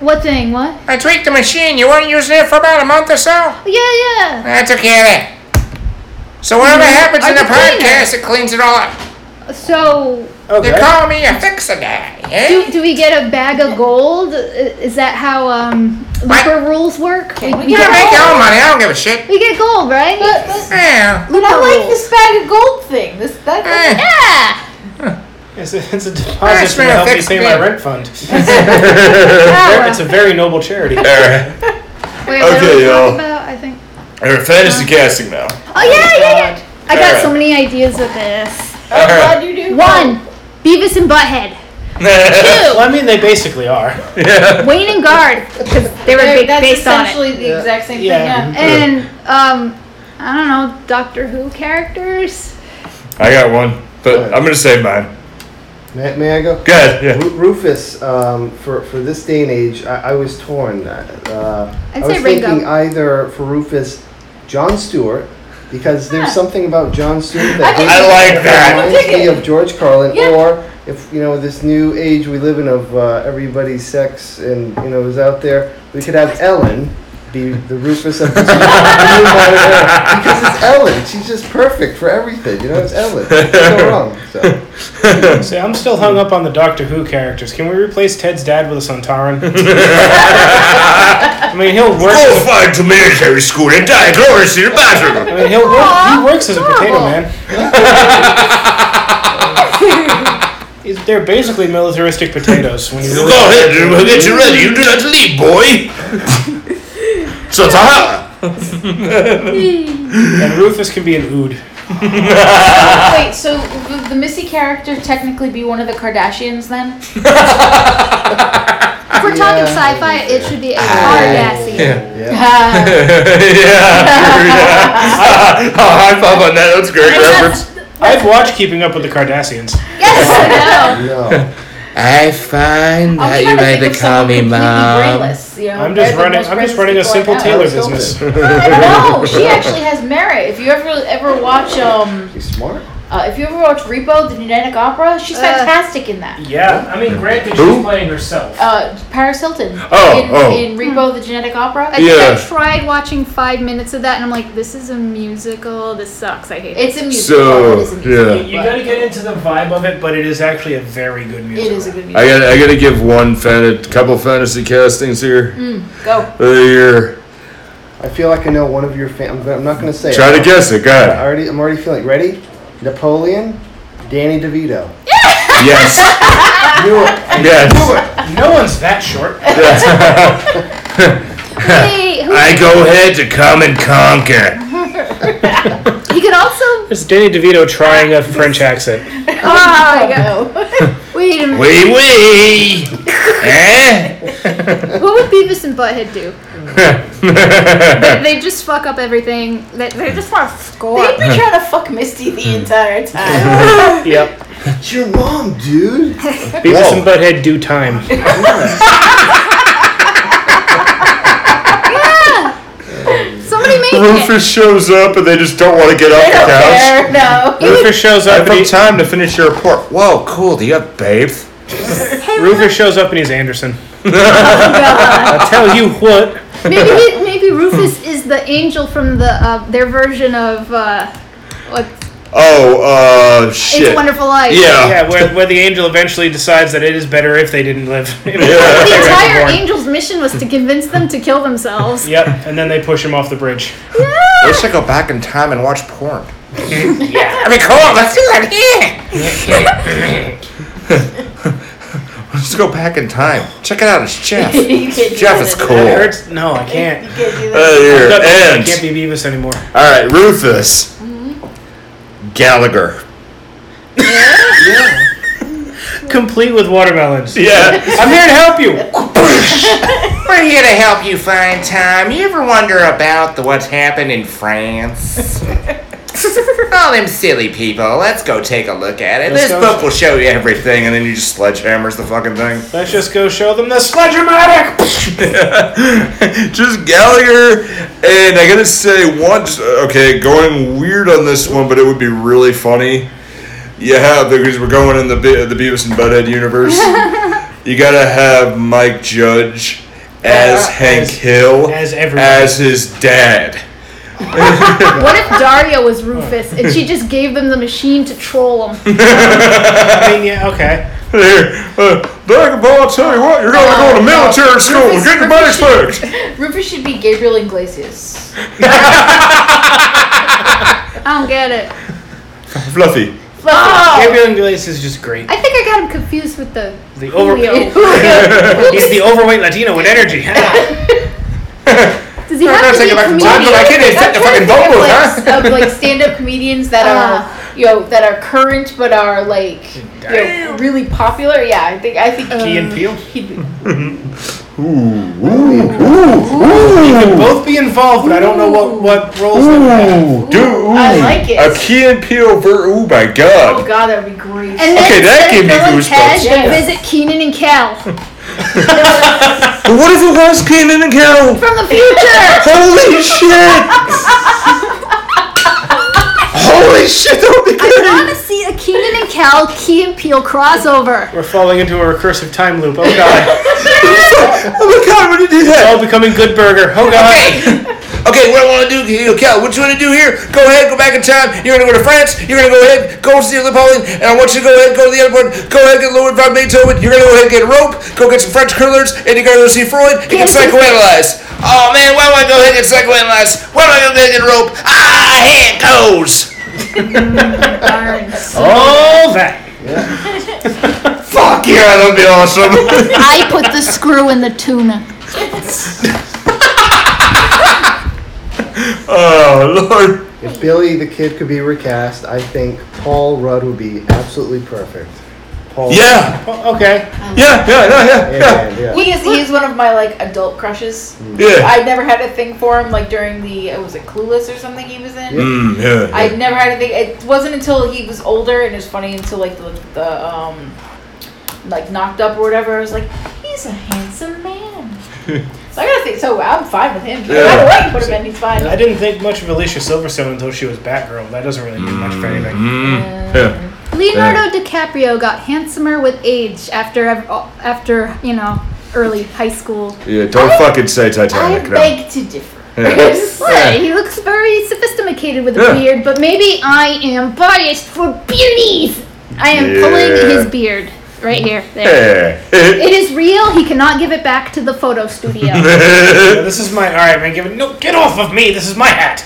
Speaker 2: What thing? What?
Speaker 6: I tweaked the machine. You weren't using it for about a month or so?
Speaker 2: Yeah, yeah.
Speaker 6: I took care of it. So whatever happens
Speaker 2: I
Speaker 6: in the
Speaker 2: can clean
Speaker 6: podcast, it cleans it all up.
Speaker 2: So,
Speaker 6: They
Speaker 3: Okay.
Speaker 6: call me a fixer guy, eh?
Speaker 2: do, do we get a bag of gold? I- Is that how um Looper rules work? We, we
Speaker 6: You
Speaker 2: get
Speaker 6: can make your
Speaker 2: gold.
Speaker 6: own money. I don't give a shit.
Speaker 2: We get gold, right?
Speaker 5: but, but,
Speaker 6: Yeah.
Speaker 5: but I
Speaker 2: Looper
Speaker 5: like
Speaker 2: rules.
Speaker 5: this bag of gold thing. This that.
Speaker 6: Eh.
Speaker 2: Yeah.
Speaker 3: It's a, it's a
Speaker 6: Alright,
Speaker 3: deposit to
Speaker 6: Smith,
Speaker 3: help me
Speaker 6: fix
Speaker 3: pay
Speaker 6: me.
Speaker 3: my rent fund.
Speaker 2: Ah,
Speaker 3: It's a very noble charity.
Speaker 1: All right.
Speaker 2: Wait, what are
Speaker 1: Okay,
Speaker 2: we
Speaker 1: y'all.
Speaker 2: talking about? I think.
Speaker 1: All right,
Speaker 5: Uh-huh.
Speaker 1: fantasy casting now.
Speaker 2: Oh yeah, yeah, yeah. I got
Speaker 1: Alright.
Speaker 2: so many ideas with this.
Speaker 5: I'm glad you do.
Speaker 2: One, Beavis and Butthead.
Speaker 3: Well, I mean, they basically are.
Speaker 2: Wayne and Guard, because they were
Speaker 5: They're-
Speaker 2: big,
Speaker 5: That's
Speaker 2: based on it.
Speaker 5: essentially the
Speaker 4: Yeah.
Speaker 5: exact same
Speaker 3: Yeah.
Speaker 5: thing. Yeah.
Speaker 2: And um, I don't know Doctor Who characters.
Speaker 1: I got one, but I'm gonna say mine.
Speaker 4: May, may I go?
Speaker 1: Good. Yeah.
Speaker 4: Ru- Rufus, um, for, for this day and age, I, I was torn. Uh,
Speaker 2: I'd
Speaker 4: I was
Speaker 2: say Ringo.
Speaker 4: thinking either for Rufus, John Stewart, because there's something about John Stewart that
Speaker 2: I
Speaker 4: he-
Speaker 2: like
Speaker 1: I like that.
Speaker 4: reminds
Speaker 2: dig
Speaker 4: me
Speaker 2: it.
Speaker 4: of George Carlin,
Speaker 2: Yeah.
Speaker 4: or if you know this new age we live in of uh, everybody's sex and you know is out there, we could have Ellen. Be the Rufus of this new modern era because it's Ellen. She's just perfect for everything. You know, it's Ellen. Can't go wrong. So.
Speaker 3: See, I'm still hung up on the Doctor Who characters. Can we replace Ted's dad with a Suntaran? I mean, he'll work.
Speaker 1: Go find military school and die glorious in your bathroom.
Speaker 3: I mean, he'll work. He works as a potato
Speaker 2: horrible.
Speaker 3: man. He's- They're basically militaristic potatoes when you really.
Speaker 1: Go ahead, and we'll get you ready. You do not leave, boy. so
Speaker 3: And Rufus can be an ood.
Speaker 5: Wait, so would the Missy character technically be one of the Kardashians then?
Speaker 2: If we're
Speaker 4: Yeah.
Speaker 2: talking sci-fi, it should be a Kardashian.
Speaker 4: Yeah.
Speaker 1: yeah. oh, high five on that. That's a great reference.
Speaker 3: I've watched Keeping Up with the Kardashians.
Speaker 2: Yes,
Speaker 4: No.
Speaker 6: I find
Speaker 5: I'm
Speaker 6: that you
Speaker 5: trying to
Speaker 6: like
Speaker 5: think
Speaker 6: to
Speaker 5: of
Speaker 6: call
Speaker 5: someone
Speaker 6: me
Speaker 5: completely
Speaker 6: mom.
Speaker 5: brainless, you know,
Speaker 3: I'm just
Speaker 5: they're the
Speaker 3: running.
Speaker 5: most
Speaker 3: I'm just running
Speaker 5: brainless
Speaker 3: a
Speaker 5: people I
Speaker 3: simple
Speaker 5: know.
Speaker 3: tailor
Speaker 4: Hilton.
Speaker 3: business.
Speaker 5: No, she actually has merit. If you ever ever watch um,
Speaker 4: You smart?
Speaker 5: uh, if you ever watch Repo, the Genetic Opera, she's
Speaker 2: Uh.
Speaker 5: fantastic in that.
Speaker 7: Yeah, I mean, granted,
Speaker 1: Who?
Speaker 7: she's playing herself.
Speaker 5: Uh, Paris Hilton
Speaker 1: Oh,
Speaker 5: in,
Speaker 1: oh.
Speaker 5: in Repo, the Genetic Opera.
Speaker 2: I, know. I,
Speaker 1: Yeah.
Speaker 2: I tried watching five minutes of that, and I'm like, this is a musical. This sucks. I hate it.
Speaker 5: It's a musical.
Speaker 1: So
Speaker 5: it is a musical.
Speaker 1: yeah.
Speaker 3: You, you gotta get into the vibe of it, but it is actually a very good music.
Speaker 5: It is a good musical.
Speaker 1: I got. I got to give one fan, a couple fantasy castings here.
Speaker 5: Mm. Go.
Speaker 1: Uh, here.
Speaker 4: I feel like I know one of your fam. I'm, I'm not going to say.
Speaker 1: Try
Speaker 4: it.
Speaker 1: to guess it. Go
Speaker 4: I
Speaker 1: ahead.
Speaker 4: already, I'm already feeling. Ready? Napoleon, Danny DeVito.
Speaker 1: Yes. Yes.
Speaker 3: No one's that short.
Speaker 2: Wait, who,
Speaker 1: I go ahead to come and conquer.
Speaker 2: he could also.
Speaker 3: It's Danny DeVito trying a French accent.
Speaker 2: Oh my god!
Speaker 5: Go.
Speaker 2: Wait a minute.
Speaker 1: Wee wee. Eh?
Speaker 2: What would Beavis and Butthead do?
Speaker 1: Eh?
Speaker 2: They, they just fuck up everything. They, they just want to score.
Speaker 5: They've been trying to fuck Misty
Speaker 3: Hmm.
Speaker 5: the entire time.
Speaker 3: Yep.
Speaker 4: It's your mom, dude.
Speaker 3: Beavis and Butthead do time.
Speaker 2: Somebody make it.
Speaker 1: Rufus shows up and they just don't want to get
Speaker 5: I
Speaker 1: off
Speaker 5: don't
Speaker 1: the couch.
Speaker 5: care. No.
Speaker 3: Rufus shows
Speaker 1: I
Speaker 3: up. And
Speaker 1: have
Speaker 3: he,
Speaker 1: time to finish your report. Whoa, cool. Do you have babes?
Speaker 3: Rufus shows up and he's Anderson. I'll tell you what.
Speaker 2: Maybe he, maybe Rufus is the angel from the uh, their version of uh, what?
Speaker 1: Oh, uh, shit.
Speaker 2: It's a Wonderful Life.
Speaker 1: Yeah.
Speaker 3: Yeah, where, where the angel eventually decides that it is better if they didn't live.
Speaker 1: Yeah.
Speaker 2: The entire
Speaker 3: Born.
Speaker 2: angel's mission was to convince them to kill themselves.
Speaker 3: Yep, and then they push him off the bridge.
Speaker 6: I should go back in time and watch porn.
Speaker 3: Yeah.
Speaker 6: I mean, come on, let's do that here.
Speaker 1: Let's go back in time. Check it out. It's Jeff.
Speaker 5: You can't do
Speaker 1: Jeff
Speaker 5: that.
Speaker 1: is
Speaker 3: That
Speaker 1: cool.
Speaker 3: hurts. No, I
Speaker 5: You
Speaker 3: can't.
Speaker 5: can't do that.
Speaker 1: Uh, here.
Speaker 3: I
Speaker 1: And
Speaker 3: can't be Beavis anymore.
Speaker 1: all right, Rufus Mm-hmm. Gallagher.
Speaker 3: Complete with watermelons.
Speaker 1: Yeah.
Speaker 3: I'm here to help you.
Speaker 6: We're here to help you find time. You ever wonder about the what's happened in France? All them silly people. Let's go take a look at it.
Speaker 3: Let's
Speaker 6: This
Speaker 3: go.
Speaker 6: book
Speaker 1: We'll show you everything, and then you just sledgehammers the fucking thing.
Speaker 3: Let's just go show them the sledge-o-matic.
Speaker 1: just Gallagher, and I gotta say, once okay, going weird on this one, but it would be really funny. You have because we're going in the Be- the Beavis and Butthead universe. you gotta have Mike Judge as
Speaker 3: Uh,
Speaker 1: Hank
Speaker 3: as-
Speaker 1: Hill
Speaker 3: as everybody.
Speaker 1: as his dad.
Speaker 2: What if Daria was Rufus and she just gave them the machine to troll them?
Speaker 3: I mean, yeah, okay.
Speaker 1: There, uh, Dragon Ball, I'll tell you what, you're gonna go to military school and get your money's fixed.
Speaker 5: Rufus should be Gabriel Iglesias.
Speaker 2: I don't get it.
Speaker 1: Fluffy.
Speaker 3: Gabriel Iglesias is just great.
Speaker 2: I think I got him confused with the
Speaker 3: The over-
Speaker 2: Julio.
Speaker 3: He's the overweight Latino with energy.
Speaker 2: Does he have to be a
Speaker 6: Time
Speaker 2: comedian?
Speaker 6: to my kid, they fit the fucking boat, huh?
Speaker 5: Clips of like stand-up comedians that are
Speaker 7: Uh.
Speaker 5: you know that are current but are like you know, really popular. Yeah, I think I think
Speaker 7: Key and Peele?
Speaker 5: he'd be
Speaker 1: Ooh, ooh, ooh.
Speaker 3: Both be involved, but I don't know what, what roles they would have.
Speaker 1: Dude, ooh.
Speaker 5: I like it.
Speaker 1: A Key and Peele ver- Oh my
Speaker 5: Oh
Speaker 1: god.
Speaker 5: god, that'd be great.
Speaker 2: And then
Speaker 1: Okay, that
Speaker 2: instead
Speaker 1: gave
Speaker 2: of
Speaker 1: me
Speaker 2: Bill and Ted,
Speaker 1: goosebumps.
Speaker 2: they visit Keenan and Cal
Speaker 1: But what if it was Keenan and Kel?
Speaker 2: from the future.
Speaker 1: Holy shit! Holy shit, that would be
Speaker 2: I
Speaker 1: good!
Speaker 2: want to see a Keenan and Cal Key and Peele crossover.
Speaker 3: We're falling into a recursive time loop. Oh god.
Speaker 1: Oh my god, what did you do
Speaker 3: We're
Speaker 1: that?
Speaker 3: all becoming good burger. Oh god.
Speaker 6: Okay, what I want to do, you know, Cal, what you want to do here? Go ahead, go back in time. You're going to go to France. You're going to go ahead, go see Napoleon. And I want you to go ahead, go to the airport. Go ahead, get Louis von Beethoven. You're going to go ahead, get a rope. Go get some French curlers. And you're going to go see Freud and get
Speaker 2: Can't do
Speaker 6: psychoanalyzed. Oh, man, why don't I go ahead and get psychoanalyzed? Why don't I go ahead and get a rope? Ah, here it goes.
Speaker 2: Burns.
Speaker 3: All that.
Speaker 1: Fuck yeah, that'd be awesome!
Speaker 2: I put the screw in the tuna.
Speaker 1: oh, lord.
Speaker 4: If Billy the Kid could be recast, I think Paul Rudd would be absolutely perfect. Paul
Speaker 1: Yeah,
Speaker 3: Oh, okay.
Speaker 1: yeah, yeah, yeah, yeah, yeah.
Speaker 4: Yeah, yeah.
Speaker 5: He is he is one of my like adult crushes.
Speaker 1: Yeah.
Speaker 5: I never had a thing for him like during the uh, was it Clueless or something he was in.
Speaker 1: Mm, yeah.
Speaker 5: I never had a thing. It wasn't until he was older and it was funny until like the, the um like knocked up or whatever. I was like, he's a handsome man. so I gotta think. So I'm fine with him. No matter what you put him in, he's fine.
Speaker 3: I didn't think much of Alicia Silverstone until she was Batgirl. That doesn't really mean much for anything.
Speaker 5: Uh,
Speaker 1: Mm, yeah.
Speaker 2: Leonardo DiCaprio got handsomer with age after ev- after you know early high school.
Speaker 1: Yeah, don't fucking say
Speaker 5: I
Speaker 1: Titanic. No.
Speaker 5: beg to differ.
Speaker 1: Yeah.
Speaker 2: What? He looks very sophisticated with a
Speaker 1: Yeah.
Speaker 2: beard, but maybe I am biased for beauties. I am pulling
Speaker 1: Yeah.
Speaker 2: his beard right here. There.
Speaker 1: Yeah.
Speaker 2: It is real. He cannot give it back to the photo studio.
Speaker 3: Yeah, this is my all right, man. Give it. No, get off of me. This is my hat.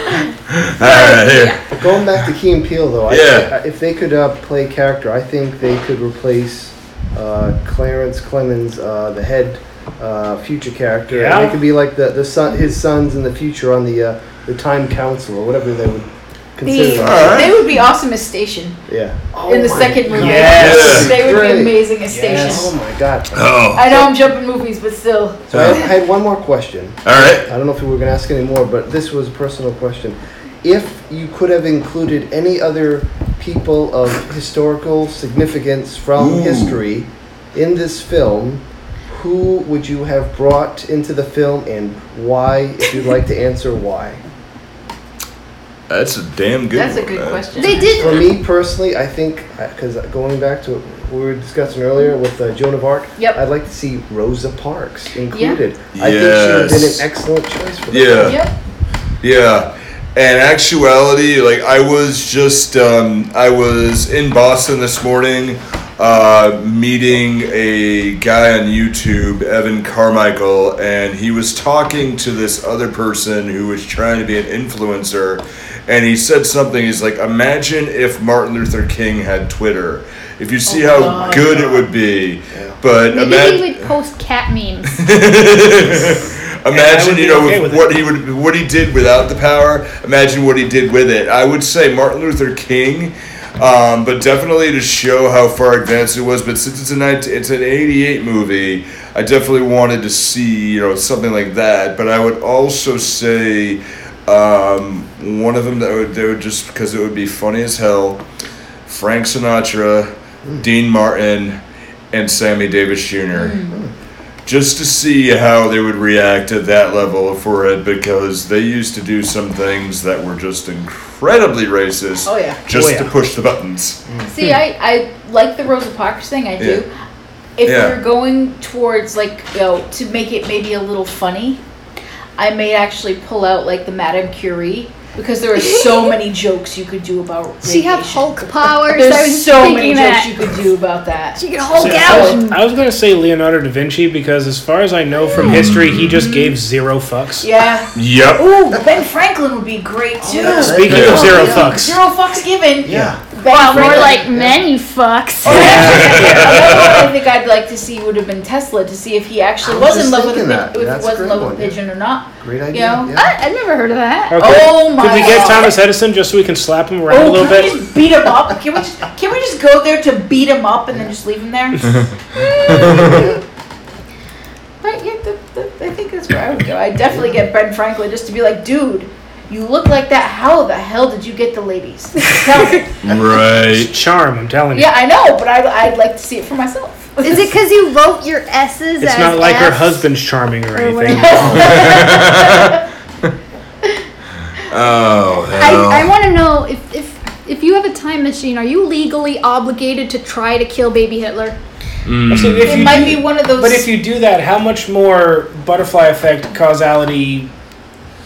Speaker 1: Alright, here.
Speaker 4: Going back to Key and Peele, though,
Speaker 1: Yeah.
Speaker 4: I, if they could uh, play character, I think they could replace uh, Clarence Clemens, uh, the head uh, future character. And
Speaker 3: Yeah.
Speaker 4: They could be like the, the son, his sons in the future on the uh, the Time Council or whatever they would consider.
Speaker 5: The,
Speaker 4: them.
Speaker 5: They would be awesome as Station
Speaker 4: Yeah.
Speaker 5: in
Speaker 1: Oh
Speaker 5: the second movie.
Speaker 3: Yes.
Speaker 5: They would
Speaker 4: Great.
Speaker 5: be amazing as Station.
Speaker 3: Yes.
Speaker 4: Oh my God.
Speaker 1: Oh,
Speaker 5: I know I'm jumping movies, but still.
Speaker 4: So I I had one more question.
Speaker 1: alright.
Speaker 4: I don't know if we were going to ask any more, but this was a personal question. If you could have included any other people of historical significance from
Speaker 1: Ooh.
Speaker 4: history in this film, who would you have brought into the film and why? If you'd like to answer why.
Speaker 1: That's a damn good
Speaker 5: That's a
Speaker 1: one,
Speaker 5: good
Speaker 1: man.
Speaker 5: question.
Speaker 2: they
Speaker 4: For
Speaker 2: did.
Speaker 4: me personally, I think, because going back to what we were discussing earlier with uh, Joan of Arc,
Speaker 5: Yep.
Speaker 4: I'd like to see Rosa Parks included. I think she would have
Speaker 1: Yes.
Speaker 4: been an excellent choice for that.
Speaker 1: Yeah.
Speaker 5: Yep.
Speaker 1: Yeah. And actuality, like I was just um, I was in Boston this morning, uh, meeting a guy on YouTube, Evan Carmichael, and he was talking to this other person who was trying to be an influencer, and he said something. He's like, "Imagine if Martin Luther King had Twitter. If you see how
Speaker 2: Oh
Speaker 5: God.
Speaker 1: good it would be, but
Speaker 2: Maybe
Speaker 1: imagine."
Speaker 2: he would post cat memes.
Speaker 3: And I
Speaker 1: imagine
Speaker 3: would be
Speaker 1: you know
Speaker 3: okay
Speaker 1: with
Speaker 3: with
Speaker 1: what
Speaker 3: it.
Speaker 1: he would what he did without the power imagine what he did with it i would say martin luther king um, but definitely to show how far advanced it was but since it's a 19, it's an 88 movie i definitely wanted to see you know something like that but i would also say um, one of them that would, that would just because it would be funny as hell frank sinatra dean martin and sammy davis jr just to see how they would react at that level for it because they used to do some things that were just incredibly racist
Speaker 5: Oh, yeah.
Speaker 1: just
Speaker 3: Oh, yeah.
Speaker 1: to push the buttons
Speaker 5: See, I, I like the Rosa Parks thing. I do. If
Speaker 1: Yeah.
Speaker 5: we're going towards like you know to make it maybe a little funny, I may actually pull out like the Madame Curie because there are so many jokes you could do about. Radiation.
Speaker 2: she had Hulk powers. I
Speaker 5: There's
Speaker 2: was
Speaker 5: so
Speaker 2: thinking
Speaker 5: many
Speaker 2: that.
Speaker 5: jokes you could do about that.
Speaker 2: she could Hulk
Speaker 3: I
Speaker 2: out.
Speaker 1: Oh.
Speaker 3: was, I was gonna say Leonardo da Vinci because, as far as I know from history, he just gave zero fucks.
Speaker 5: Yeah.
Speaker 1: yep
Speaker 5: Ooh, Ben Franklin would be great too.
Speaker 4: Oh, yeah.
Speaker 3: Speaking of zero fucks,
Speaker 5: Oh, Zero fucks given.
Speaker 4: Yeah.
Speaker 2: Well,
Speaker 5: Franklin.
Speaker 2: more like men, you fucks.
Speaker 1: Oh.
Speaker 5: Another one I think I'd like to see would have been Tesla to see if he actually
Speaker 4: I was
Speaker 5: was,
Speaker 4: just
Speaker 5: in love with a
Speaker 4: thinking that.
Speaker 5: pig- if
Speaker 4: That's
Speaker 5: he
Speaker 4: a
Speaker 5: was in
Speaker 4: great
Speaker 5: love
Speaker 4: one,
Speaker 5: with a
Speaker 4: yeah.
Speaker 5: pigeon or not.
Speaker 4: Great idea.
Speaker 5: Yeah.
Speaker 4: Yeah.
Speaker 2: I, I've never heard of that.
Speaker 3: Okay.
Speaker 5: Oh my
Speaker 3: Could we get
Speaker 5: God.
Speaker 3: Thomas Edison just so we can slap him around
Speaker 5: oh,
Speaker 3: a little
Speaker 5: can we
Speaker 3: bit?
Speaker 5: just beat him up? Can we just can we just go there to beat him up and then just leave him there? but yeah, the, the, I think that's where I would go. I definitely get Ben Franklin just to be like, dude, you look like that. How the hell did you get the ladies? Tell me.
Speaker 1: Right.
Speaker 3: Charm, I'm telling you.
Speaker 5: yeah, I know, but I, I'd like to see it for myself.
Speaker 2: Is it because you wrote your S's
Speaker 3: It's
Speaker 2: as
Speaker 3: not like her
Speaker 2: Fs?
Speaker 3: husband's charming or anything.
Speaker 2: whatever.
Speaker 1: Oh hell.
Speaker 2: I, I want to know if, if if you have a time machine, are you legally obligated to try to kill baby Hitler?
Speaker 3: So if
Speaker 5: Mm. It
Speaker 3: you
Speaker 5: might
Speaker 3: do-
Speaker 5: be one of those.
Speaker 3: But if you do that, how much more butterfly effect causality,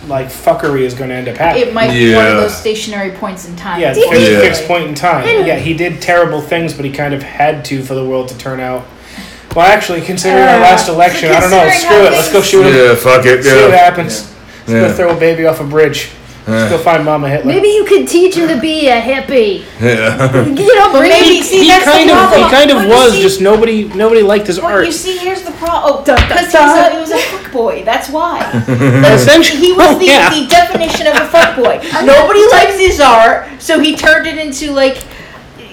Speaker 3: like fuckery, is going to end up happening?
Speaker 5: it might be one
Speaker 1: Yeah.
Speaker 5: of those stationary points in time.
Speaker 3: yeah, it's
Speaker 2: Did
Speaker 3: fixed,
Speaker 1: he-
Speaker 3: fixed point in time.
Speaker 2: Didn't-
Speaker 3: Yeah, he did terrible things, but he kind of had to for the world to turn out. Well, actually, considering our
Speaker 5: Uh,
Speaker 3: last election, I don't know.
Speaker 5: considering
Speaker 3: Screw
Speaker 5: how
Speaker 3: it. Let's go
Speaker 5: things-
Speaker 3: shoot him.
Speaker 1: yeah, fuck it.
Speaker 3: See what
Speaker 1: Yeah.
Speaker 3: happens. Let's
Speaker 1: Yeah.
Speaker 3: go throw a baby off a bridge. Let's go find Mama Hitler.
Speaker 2: Maybe you could teach him to be a hippie.
Speaker 1: yeah.
Speaker 2: You know, bring
Speaker 5: maybe-
Speaker 2: him-
Speaker 5: see, that's the
Speaker 3: kind of, he
Speaker 5: problem.
Speaker 3: kind
Speaker 5: But
Speaker 3: of
Speaker 5: you
Speaker 3: was.
Speaker 5: see-
Speaker 3: Just nobody, nobody liked his
Speaker 5: Well,
Speaker 3: art.
Speaker 5: you see, here's the problem.
Speaker 2: Dun, dun,
Speaker 5: Because
Speaker 2: dun.
Speaker 5: he was a fuckboy. That's why.
Speaker 3: Essentially,
Speaker 5: He was the,
Speaker 3: Oh, yeah.
Speaker 5: the definition of a fuckboy. Nobody likes his art, so he turned it into, like,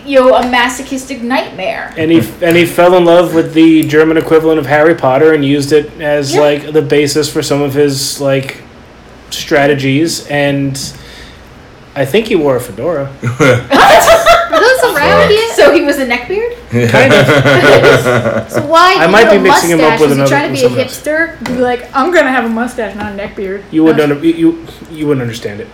Speaker 5: you know, a masochistic nightmare.
Speaker 3: and he and he fell in love with the German equivalent of Harry Potter and used it as
Speaker 5: Yeah.
Speaker 3: like the basis for some of his like strategies and I think he wore a fedora.
Speaker 2: Are those around yet?
Speaker 5: So he was a neckbeard?
Speaker 3: Kind of.
Speaker 2: So why?
Speaker 3: Uh, I might
Speaker 2: you
Speaker 3: be
Speaker 2: know,
Speaker 3: mixing him up with
Speaker 2: mustaches, you
Speaker 3: another-
Speaker 2: try to
Speaker 3: with
Speaker 2: be a
Speaker 3: someone else.
Speaker 2: hipster. Be like, I'm gonna have a mustache, not a neckbeard.
Speaker 3: You wouldn't under, you you wouldn't understand it.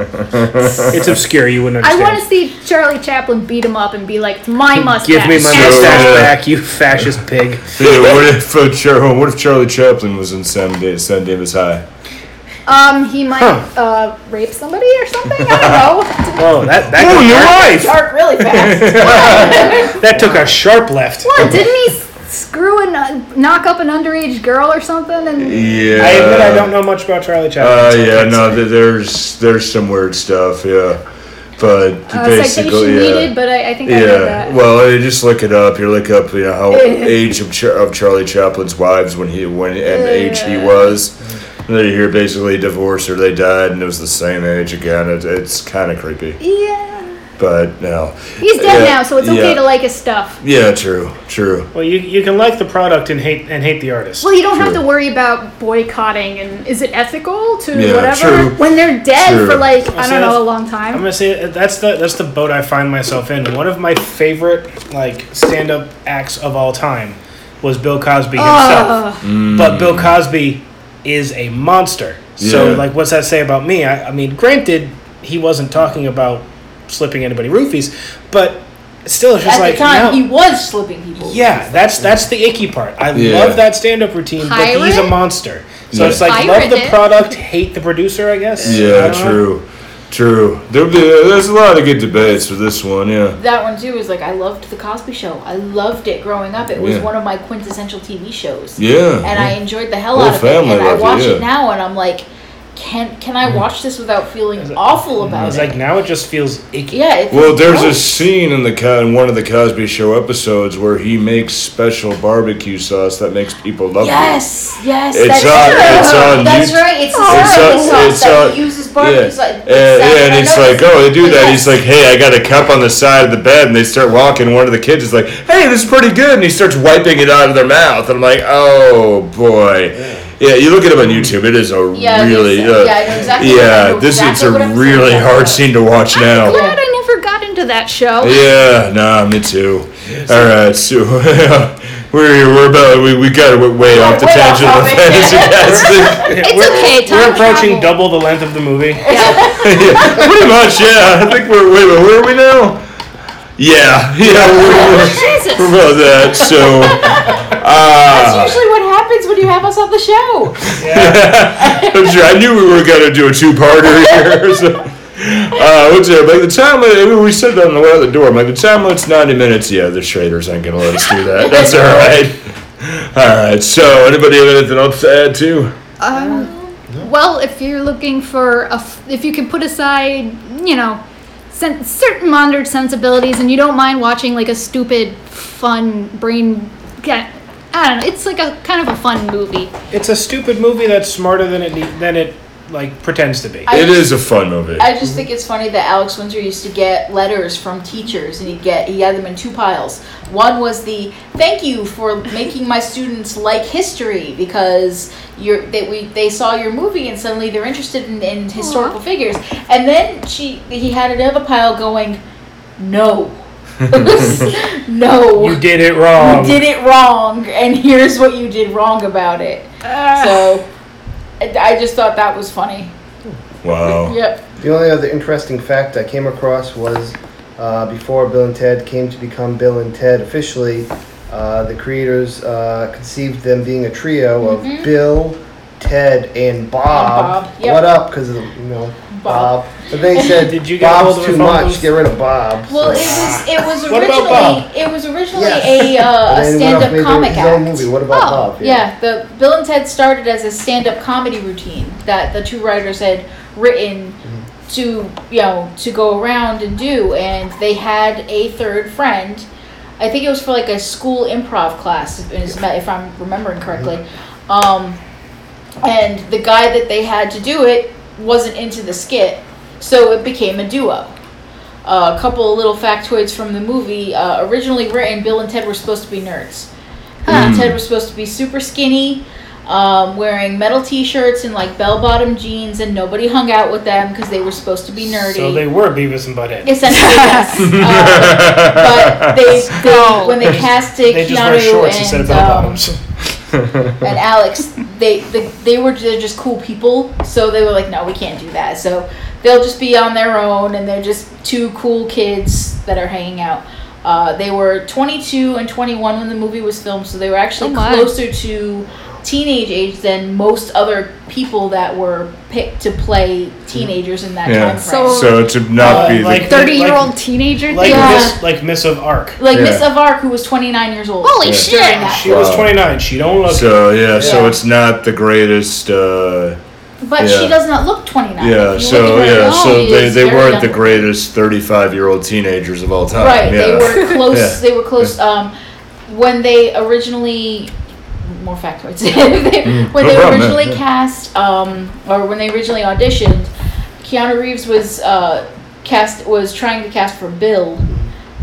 Speaker 3: it's obscure. You wouldn't
Speaker 2: I
Speaker 3: understand.
Speaker 2: want to see Charlie Chaplin beat him up and be like, "It's my mustache."
Speaker 3: Give me my
Speaker 1: So,
Speaker 3: mustache
Speaker 1: uh,
Speaker 3: back, you fascist pig.
Speaker 1: Yeah, what if uh, Char- what if Charlie Chaplin was in Sam, da- Sam Davis High?
Speaker 2: Um, he might
Speaker 3: Huh.
Speaker 2: uh, rape somebody or something. I
Speaker 3: Oh, that that,
Speaker 1: Oh,
Speaker 3: took,
Speaker 1: your wife!
Speaker 5: Dark really fast.
Speaker 3: that took a sharp left.
Speaker 2: don't know. What didn't he s- screw and uh, knock up an underage girl or something? And
Speaker 1: Yeah.
Speaker 3: I admit I don't know much about Charlie Chaplin.
Speaker 1: Uh,
Speaker 3: so I
Speaker 1: yeah,
Speaker 3: can't
Speaker 1: no,
Speaker 3: say.
Speaker 1: th- there's there's some weird stuff, yeah, but
Speaker 2: uh, citation
Speaker 1: basically, yeah.
Speaker 2: needed, but I, I think I read
Speaker 1: Yeah,
Speaker 2: that.
Speaker 1: well, you just look it up. You look up, you know, how age of, Char- of Charlie Chaplin's wives when he when and age he was. And then you hear basically divorced or they died, and it was the same age again. It, it's kind of creepy,
Speaker 2: yeah,
Speaker 1: but no.
Speaker 2: he's dead
Speaker 1: Yeah,
Speaker 2: now, so it's okay
Speaker 1: yeah.
Speaker 2: to like his stuff.
Speaker 1: Yeah, true, true.
Speaker 3: Well, you, you can like the product and hate and hate the artist.
Speaker 2: Well, you don't have
Speaker 1: True.
Speaker 2: to worry about boycotting, and is it ethical to
Speaker 1: Yeah,
Speaker 2: whatever
Speaker 1: true.
Speaker 2: when they're dead
Speaker 1: True.
Speaker 2: for like I
Speaker 3: see,
Speaker 2: don't know
Speaker 3: that's-
Speaker 2: a long time?
Speaker 3: I'm gonna say that's the that's the boat I find myself in. One of my favorite like stand up acts of all time was Bill Cosby himself.
Speaker 2: Ugh.
Speaker 1: Mm.
Speaker 3: But Bill Cosby is a monster. So
Speaker 1: Yeah.
Speaker 3: like, what's that say about me? I, I mean, granted, he wasn't talking about slipping anybody roofies, but still, it's just
Speaker 5: At
Speaker 3: like
Speaker 5: the time,
Speaker 3: no.
Speaker 5: he was slipping people.
Speaker 3: yeah, that's that's the icky part. I
Speaker 1: Yeah.
Speaker 3: love that stand up routine, but he's a
Speaker 2: Pirate?
Speaker 3: monster. So
Speaker 1: Yeah.
Speaker 3: it's like
Speaker 2: Pirate
Speaker 3: love the
Speaker 2: it.
Speaker 3: product, hate the producer. I guess. I
Speaker 1: Yeah,
Speaker 3: don't know.
Speaker 1: true, true. There'll be there's a lot of good debates for this one. Yeah,
Speaker 5: That one too is like I loved the Cosby Show. I loved it growing up. It was
Speaker 1: Yeah.
Speaker 5: one of my quintessential TV shows.
Speaker 1: yeah. Mm-hmm.
Speaker 5: and I enjoyed the hell
Speaker 1: Whole
Speaker 5: out of it.
Speaker 1: family
Speaker 5: And I
Speaker 1: loved it,
Speaker 5: watch
Speaker 1: yeah. Mm-hmm.
Speaker 5: it now, and I'm like, can can I watch this without feeling awful
Speaker 3: I
Speaker 5: about
Speaker 3: was
Speaker 5: it?
Speaker 3: like, now it just feels icky.
Speaker 5: yeah. It
Speaker 1: Well,
Speaker 5: feels
Speaker 1: there's a
Speaker 5: gross.
Speaker 1: scene in the co- in one of the Cosby Show episodes where he makes special barbecue sauce that makes people love
Speaker 5: Yes, yes,
Speaker 1: It's
Speaker 5: that's
Speaker 1: on-
Speaker 5: right.
Speaker 1: it's on
Speaker 5: that's
Speaker 1: YouTube.
Speaker 5: right. It's the
Speaker 1: It's
Speaker 5: barbecue
Speaker 1: on-
Speaker 5: sauce
Speaker 1: it's
Speaker 5: that
Speaker 1: on-
Speaker 5: he uses
Speaker 1: it.
Speaker 5: barbecue
Speaker 1: Yeah.
Speaker 5: sauce.
Speaker 1: And, yeah, and it's like, oh, they do that. He's like, hey, I got a cup on the side of the bed, and they start walking. One of the kids is like, hey, this is pretty good, and he starts wiping it out of their mouth. And I'm like, oh boy, yeah. You look at him on YouTube; it is a
Speaker 5: Yeah, it is,
Speaker 1: really,
Speaker 5: uh,
Speaker 1: uh,
Speaker 5: yeah, I know exactly what- I
Speaker 1: yeah,
Speaker 5: know
Speaker 1: this
Speaker 5: exactly what
Speaker 1: it's a
Speaker 5: I'm
Speaker 1: really
Speaker 5: saying.
Speaker 1: hard scene to watch now.
Speaker 2: I'm glad I never got into that show.
Speaker 1: Yeah, nah, me too. All right, so we're we're about we we got way, way off the
Speaker 5: way off
Speaker 1: tangent of
Speaker 5: topic.
Speaker 1: fantasy
Speaker 2: It's okay. Time
Speaker 3: We're approaching
Speaker 2: travel.
Speaker 3: double the length of the movie.
Speaker 1: yeah, pretty much. Yeah, I think we're wait, a minute, where are we now? Yeah, yeah, we're, we're,
Speaker 2: Jesus.
Speaker 1: we're about that. So,
Speaker 5: that's
Speaker 1: uh,
Speaker 5: usually what happens when you have us on the show.
Speaker 1: I'm sure I knew we were gonna do a two-parter here. So. Uh, what's it? By the time we, we said it on the way out the door, by the time it's 90 minutes, yeah, the traders ain't gonna let us do that. That's all right. All right. So, anybody have anything else to add to?
Speaker 2: Um, well, if you're looking for a, f- if you can put aside, you know, sen- certain monitored sensibilities, and you don't mind watching like a stupid, fun brain. I don't know. It's like a kind of a fun movie.
Speaker 3: It's a stupid movie that's smarter than it need- than it like pretends to be.
Speaker 5: I
Speaker 1: It
Speaker 5: just-
Speaker 1: is a fun movie.
Speaker 5: I just think it's funny that Alex Windsor used to get letters from teachers, and he'd get he had them in two piles. One was the thank you for making my students like history because you're that we they saw your movie and suddenly they're interested in, in historical figures. And then she he had another pile going, no, no,
Speaker 3: You did it wrong.
Speaker 5: you did it wrong, and here's what you did wrong about it. So. I I just thought that was funny.
Speaker 1: wow.
Speaker 5: Yep.
Speaker 4: The only other interesting fact I came across was uh, before Bill and Ted came to become Bill and Ted officially, uh, the creators uh, conceived them being a trio of Bill, Ted, and Bob.
Speaker 5: Mm-hmm. Bob, yep.
Speaker 4: What up? Because you know
Speaker 5: Bob.
Speaker 4: Bob. But they said
Speaker 3: Did you get a hold
Speaker 4: Bob's
Speaker 3: of a
Speaker 4: too
Speaker 3: phone
Speaker 4: much.
Speaker 3: booth?
Speaker 4: Get rid of Bob.
Speaker 5: Well, it
Speaker 4: so.
Speaker 5: was it was
Speaker 3: Ah. What about Bob?
Speaker 5: originally it was originally
Speaker 4: Yes.
Speaker 5: a, uh, a
Speaker 4: And then
Speaker 5: stand
Speaker 4: went off and made
Speaker 5: up comic
Speaker 4: his own
Speaker 5: act.
Speaker 4: movie. What about
Speaker 2: Oh,
Speaker 4: Bob?
Speaker 5: Yeah, the Bill and Ted started as a stand up comedy routine that the two writers had written
Speaker 4: Mm-hmm.
Speaker 5: to you know to go around and do, and they had a third friend. I think it was for like a school improv class, if- if I'm remembering correctly.
Speaker 4: Mm-hmm.
Speaker 5: Um, and the guy that they had to do it wasn't into the skit, so it became a duo. Uh, a couple of little factoids from the movie uh, originally written Bill and Ted were supposed to be nerds. Bill
Speaker 3: Hmm.
Speaker 5: and Ted were supposed to be super skinny, um, wearing metal t shirts and like bell bottom jeans, and nobody hung out with them because they were supposed to be nerdy.
Speaker 3: So they were Beavis and Butthead.
Speaker 5: Essentially, yes. Uh, but they, they when they casted
Speaker 3: They just
Speaker 5: Keanu
Speaker 3: wear shorts instead
Speaker 5: and
Speaker 3: of bell
Speaker 5: um,
Speaker 3: bottoms.
Speaker 5: and Alex, they, they they were they're just cool people, so they were like, no, we can't do that. So they'll just be on their own, and they're just two cool kids that are hanging out. Uh, they were 22 and 21 when the movie was filmed, so they were actually
Speaker 2: Oh my.
Speaker 5: closer to teenage age than most other people that were picked to play teenagers in that
Speaker 1: Yeah.
Speaker 5: time frame.
Speaker 2: So-
Speaker 1: So to not
Speaker 3: Uh,
Speaker 1: be the
Speaker 3: like-
Speaker 2: Thirty-year-old
Speaker 3: Like-
Speaker 2: teenager.
Speaker 3: Like
Speaker 5: Yeah.
Speaker 3: Miss like Miss of Arc.
Speaker 5: like
Speaker 1: Yeah.
Speaker 5: Miss Avark, who was 29 years old.
Speaker 2: Holy
Speaker 1: Yeah.
Speaker 2: shit!
Speaker 5: during that.
Speaker 3: She was
Speaker 1: Wow.
Speaker 3: 29. She don't look.
Speaker 1: So yeah, so
Speaker 5: Yeah.
Speaker 1: it's not the greatest. Uh,
Speaker 5: But
Speaker 1: Yeah.
Speaker 5: she does not look 29.
Speaker 1: yeah,
Speaker 5: If you
Speaker 1: so
Speaker 5: look at her,
Speaker 1: yeah,
Speaker 5: she
Speaker 1: so they,
Speaker 5: is
Speaker 1: they
Speaker 5: very
Speaker 1: weren't
Speaker 5: young
Speaker 1: the
Speaker 5: looking.
Speaker 1: greatest thirty-five-year-old teenagers of all time.
Speaker 5: Right,
Speaker 1: yeah.
Speaker 5: they were close.
Speaker 1: Yeah.
Speaker 5: They were close. Um, when they originally, more factoids. they, when
Speaker 1: Mm, no
Speaker 5: they
Speaker 1: problem,
Speaker 5: originally
Speaker 1: yeah.
Speaker 5: cast, um, or when they originally auditioned, Keanu Reeves was uh, cast was trying to cast for Bill,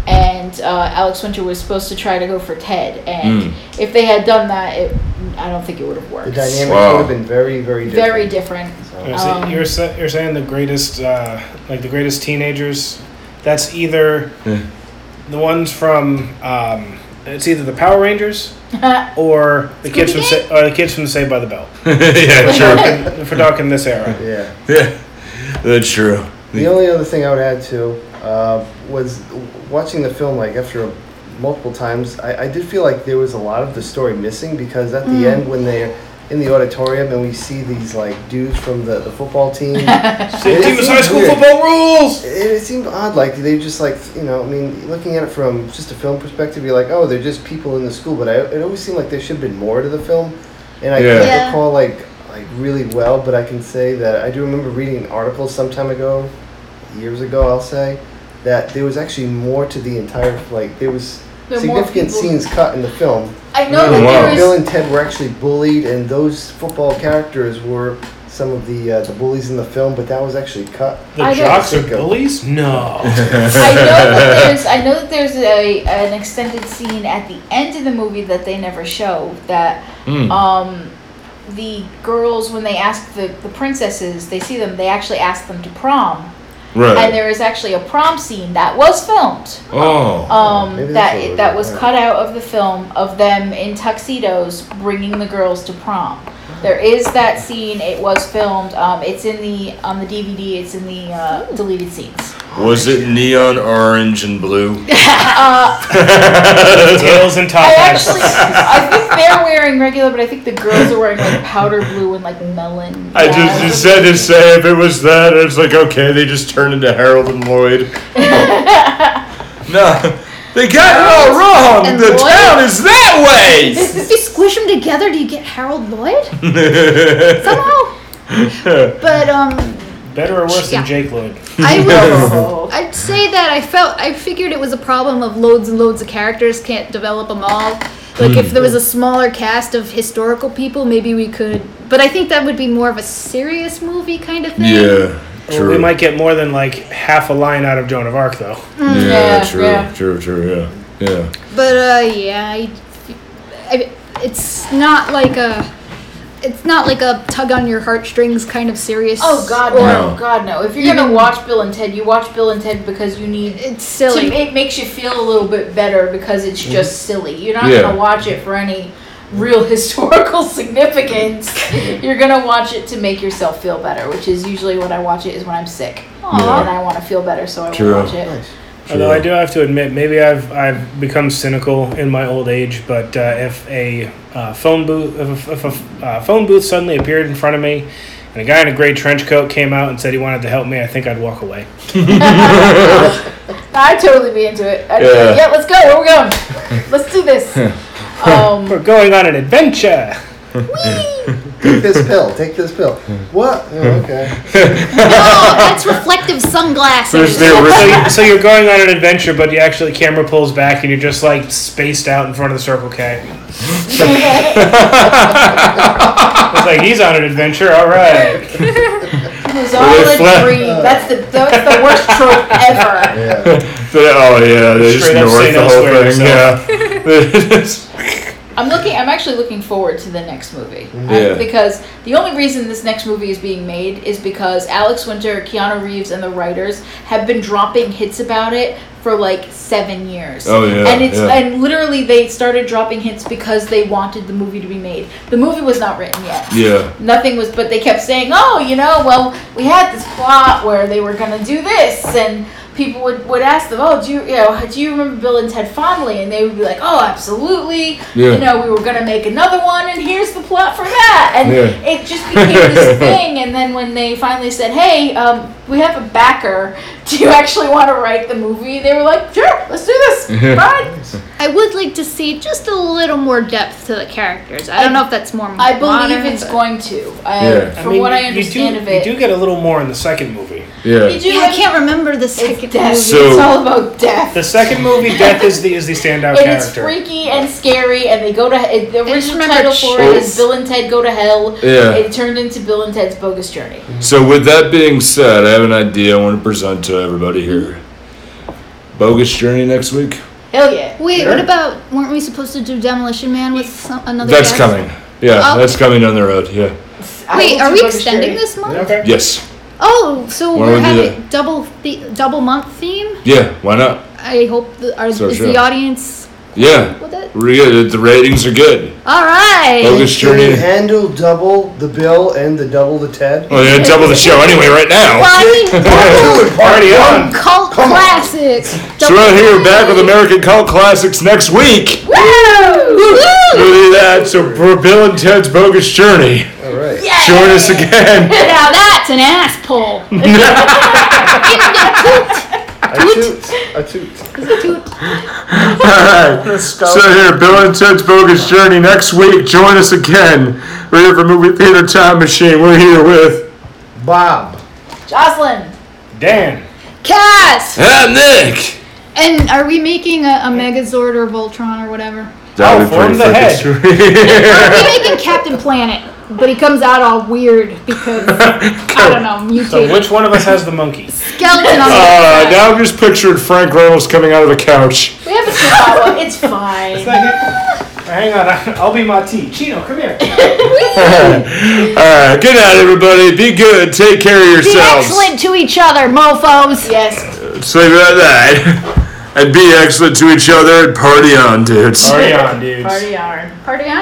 Speaker 5: and uh, Alex Winter was supposed to try to go for Ted. And
Speaker 1: Mm.
Speaker 5: if they had done that, it, I don't think it would have worked.
Speaker 4: The dynamics
Speaker 1: Wow.
Speaker 4: would have been very, very different.
Speaker 5: Very different.
Speaker 3: You're sa-
Speaker 5: Um,
Speaker 3: you're, sa- you're saying the greatest, uh, like the greatest teenagers. That's either the ones from. Um, it's either the Power Rangers or the kids from Sa- or the kids from Saved by the Bell
Speaker 1: yeah, true.
Speaker 3: for talking this era.
Speaker 4: Yeah.
Speaker 1: Yeah, that's true.
Speaker 4: The only other thing I would add to uh, was watching the film like after multiple times. I, I did feel like there was a lot of the story missing because at the end when they're in the auditorium and we see these like dudes from the, the football team, it, it
Speaker 3: Team is high
Speaker 4: seems
Speaker 3: school
Speaker 4: weird.
Speaker 3: football rules.
Speaker 4: It, it seemed odd, like they just like you know. I mean, looking at it from just a film perspective, you're like, oh, they're just people in the school. But I, it always seemed like there should have been more to the film, and I
Speaker 1: Yeah.
Speaker 4: can't
Speaker 2: Yeah.
Speaker 4: recall like like really well. But I can say that I do remember reading an article some time ago, years ago, I'll say, that there was actually more to the entire like there was.
Speaker 5: There are more
Speaker 4: significant
Speaker 5: people-
Speaker 4: scenes cut in the film.
Speaker 5: I know that
Speaker 1: Wow.
Speaker 5: there
Speaker 4: Bill
Speaker 5: is.
Speaker 4: and Ted were actually bullied, and those football characters were some of the uh, the bullies in the film. But that was actually cut.
Speaker 3: The
Speaker 5: I don't
Speaker 3: jocks are
Speaker 4: think of-
Speaker 3: bullies. No,
Speaker 5: I know that there's I know that there's a an extended scene at the end of the movie that they never show that
Speaker 1: Hmm.
Speaker 5: um the girls when they ask the, the princesses they see them they actually ask them to prom
Speaker 4: Oh.
Speaker 5: and
Speaker 1: Right.
Speaker 5: there is actually a prom scene that was filmed
Speaker 1: Oh.
Speaker 5: um
Speaker 4: Maybe that's what
Speaker 5: that
Speaker 4: we're
Speaker 5: that was
Speaker 4: doing.
Speaker 5: cut out of the film of them in tuxedos bringing the girls to prom there is that scene it was filmed um it's in the on the dvd it's in the uh, deleted scenes
Speaker 1: Was it neon orange and blue?
Speaker 5: uh
Speaker 3: tails and top
Speaker 5: I
Speaker 3: hats.
Speaker 5: actually, I think they're wearing regular, but I think the girls are wearing like powder blue and like melon.
Speaker 1: I just
Speaker 5: Yeah.
Speaker 1: just said to say if it was that, it's like okay, they just turned into Harold and Lloyd. no, they got it all wrong.
Speaker 2: And
Speaker 1: the
Speaker 2: Lloyd?
Speaker 1: town is that way.
Speaker 2: If you squish them together, do you get Harold Lloyd somehow? But um,
Speaker 3: Better or worse
Speaker 2: Yeah.
Speaker 3: than Jake Lloyd?
Speaker 2: I would.
Speaker 5: Oh.
Speaker 2: I'd say that I felt I figured it was a problem of loads and loads of characters can't develop them all. Like if there was a smaller cast of historical people, maybe we could. But I think that would be more of a serious movie kind of thing.
Speaker 1: Yeah.
Speaker 3: Well,
Speaker 1: True.
Speaker 3: we might get more than like half a line out of Joan of Arc, though.
Speaker 1: yeah,
Speaker 5: Mm, yeah,
Speaker 1: True.
Speaker 5: yeah.
Speaker 1: True. True. Yeah. Yeah.
Speaker 2: But uh, yeah, I, I, it's not like a, it's not like a tug on your heartstrings kind of serious.
Speaker 5: Oh God,
Speaker 2: or-
Speaker 5: no.
Speaker 1: No.
Speaker 5: God, no! If you're gonna
Speaker 2: Even-
Speaker 5: watch Bill and Ted, you watch Bill and Ted because you need.
Speaker 2: It's
Speaker 5: To,
Speaker 2: silly.
Speaker 5: it makes you feel a little bit better because it's
Speaker 1: Mm-hmm.
Speaker 5: just silly. You're not
Speaker 1: Yeah.
Speaker 5: gonna watch it for any real historical significance.
Speaker 1: Mm-hmm.
Speaker 5: You're gonna watch it to make yourself feel better, which is usually when I watch it is when I'm sick
Speaker 1: Yeah.
Speaker 5: and I want to feel better, so I
Speaker 1: True.
Speaker 5: will watch it.
Speaker 4: Nice.
Speaker 3: Although I do have to admit, maybe I've I've become cynical in my old age. But uh, if a uh, phone booth if a, if a uh, phone booth suddenly appeared in front of me, and a guy in a gray trench coat came out and said he wanted to help me, I think I'd walk away.
Speaker 5: I'd totally be into it. I'd
Speaker 1: Yeah.
Speaker 5: yeah. yeah, let's go. Where we going? let's do this. Um,
Speaker 3: We're going on an adventure.
Speaker 4: Take this pill. Take this pill. What? Oh, okay.
Speaker 2: oh, that's reflective sunglasses.
Speaker 1: There's the
Speaker 3: So,
Speaker 1: original.
Speaker 3: you- so you're going on an adventure, but you actually camera pulls back and you're just like spaced out in front of the Circle K. it's like he's on an adventure. All right.
Speaker 5: it was all a
Speaker 1: flat.
Speaker 5: dream. That's the that's the worst trope ever.
Speaker 4: Yeah.
Speaker 1: Oh yeah, they just
Speaker 3: Straight up
Speaker 1: north
Speaker 3: saying
Speaker 1: the whole
Speaker 3: elsewhere
Speaker 1: thing. Yeah. They just-
Speaker 5: I'm looking. I'm actually looking forward to the next movie I-
Speaker 1: Yeah.
Speaker 5: because the only reason this next movie is being made is because Alex Winter, Keanu Reeves, and the writers have been dropping hits about it for like seven years.
Speaker 1: Oh, yeah,
Speaker 5: and it's
Speaker 1: yeah.
Speaker 5: and literally they started dropping hits because they wanted the movie to be made. The movie was not written yet.
Speaker 1: yeah.
Speaker 5: Nothing was, but they kept saying, "Oh, you know, well, we had this plot where they were gonna do this," and people would, would ask them, "Oh, do you, you know, do you remember Bill and Ted fondly?" And they would be like, "Oh, absolutely.
Speaker 1: Yeah.
Speaker 5: You know, we were gonna make another one, and here's the plot for that." And
Speaker 1: Yeah.
Speaker 5: it just became this thing. And then when they finally said, "Hey, um, we have a backer. Do you actually want to write the movie?" They were like, "Sure, let's do this. Fine."
Speaker 2: I would like to see just a little more depth to the characters. I don't know if that's more.
Speaker 5: I believe
Speaker 2: modern,
Speaker 5: it's
Speaker 2: but-
Speaker 5: going to. I,
Speaker 1: Yeah.
Speaker 5: From what I understand
Speaker 3: you do,
Speaker 5: of it,
Speaker 3: you do get a little more in the second movie.
Speaker 1: Yeah.
Speaker 5: do
Speaker 2: Yeah, I can't remember the second
Speaker 5: It's death.
Speaker 2: movie.
Speaker 1: So-
Speaker 5: it's all about death.
Speaker 3: The second movie, Death is the is the standout
Speaker 5: and it's
Speaker 3: character.
Speaker 5: freaky and scary, and they go to it- the
Speaker 2: just
Speaker 5: original
Speaker 2: remember
Speaker 5: title for it
Speaker 1: chills.
Speaker 5: is Bill and Ted Go to Hell.
Speaker 1: Yeah.
Speaker 5: It turned into Bill and Ted's Bogus Journey.
Speaker 1: So with that being said, I have an idea I want to present to everybody here. Bogus journey next week.
Speaker 5: Hell yeah!
Speaker 2: Wait,
Speaker 3: Sure.
Speaker 2: what about? Weren't we supposed to do Demolition Man with some, another?
Speaker 1: That's
Speaker 2: guy?
Speaker 1: coming. Yeah,
Speaker 2: Oh.
Speaker 1: that's coming on the road. Yeah.
Speaker 5: I
Speaker 2: Wait,
Speaker 5: will
Speaker 2: are
Speaker 5: do
Speaker 2: we
Speaker 5: Bogus
Speaker 2: extending
Speaker 5: Journey.
Speaker 2: this month?
Speaker 3: Okay.
Speaker 1: Yes.
Speaker 2: Oh, so
Speaker 1: Why
Speaker 2: we're
Speaker 1: don't we do
Speaker 2: having double the double month theme.
Speaker 1: Yeah. Why not?
Speaker 2: I hope the, are,
Speaker 1: So
Speaker 2: is
Speaker 1: sure.
Speaker 2: the audience
Speaker 1: Yeah.
Speaker 2: with it.
Speaker 1: We're good. The ratings are good.
Speaker 2: All right.
Speaker 1: Bogus
Speaker 4: Can we
Speaker 1: journey.
Speaker 4: handle double the bill and the double the Ted?
Speaker 1: Well, yeah, double the show anyway right now.
Speaker 2: Well, I mean, double
Speaker 3: Party on.
Speaker 2: cult classic.
Speaker 1: So we're out here back with American Cult Classics next week.
Speaker 2: Woo!
Speaker 1: Really that. So for Bill and Ted's Bogus Journey,
Speaker 4: All right.
Speaker 1: join us again.
Speaker 2: Now that's an ass pull.
Speaker 4: I toot. I toot.
Speaker 1: All right. So here, Bill and Ted's Bogus Journey next week. Join us again. We're here for Movie Theater Time Machine. We're here with
Speaker 4: Bob.
Speaker 5: Jocelyn.
Speaker 3: Dan.
Speaker 2: Cass.
Speaker 1: Ah Nick.
Speaker 2: And are we making a, a Megazord or Voltron or whatever?
Speaker 1: That
Speaker 3: Oh, form the head.
Speaker 2: Are we making Captain Planet? But he comes out all weird because I don't know
Speaker 3: So
Speaker 2: mutated
Speaker 3: which one of us has the monkey?
Speaker 2: skeleton on the
Speaker 1: Uh, now I'm just picturing Frank Reynolds coming out of the couch.
Speaker 5: We have a chihuahua. it's fine.
Speaker 3: Hang on, I'll be Mati. Chino, come here.
Speaker 1: All right, good night, everybody. Be good. Take care of
Speaker 2: Be
Speaker 1: yourselves.
Speaker 2: excellent to each other, mofos.
Speaker 5: Yes.
Speaker 1: Say about that. And be excellent to each other and party on, dudes.
Speaker 3: Party on, dudes.
Speaker 5: Party yarn.
Speaker 2: Party on.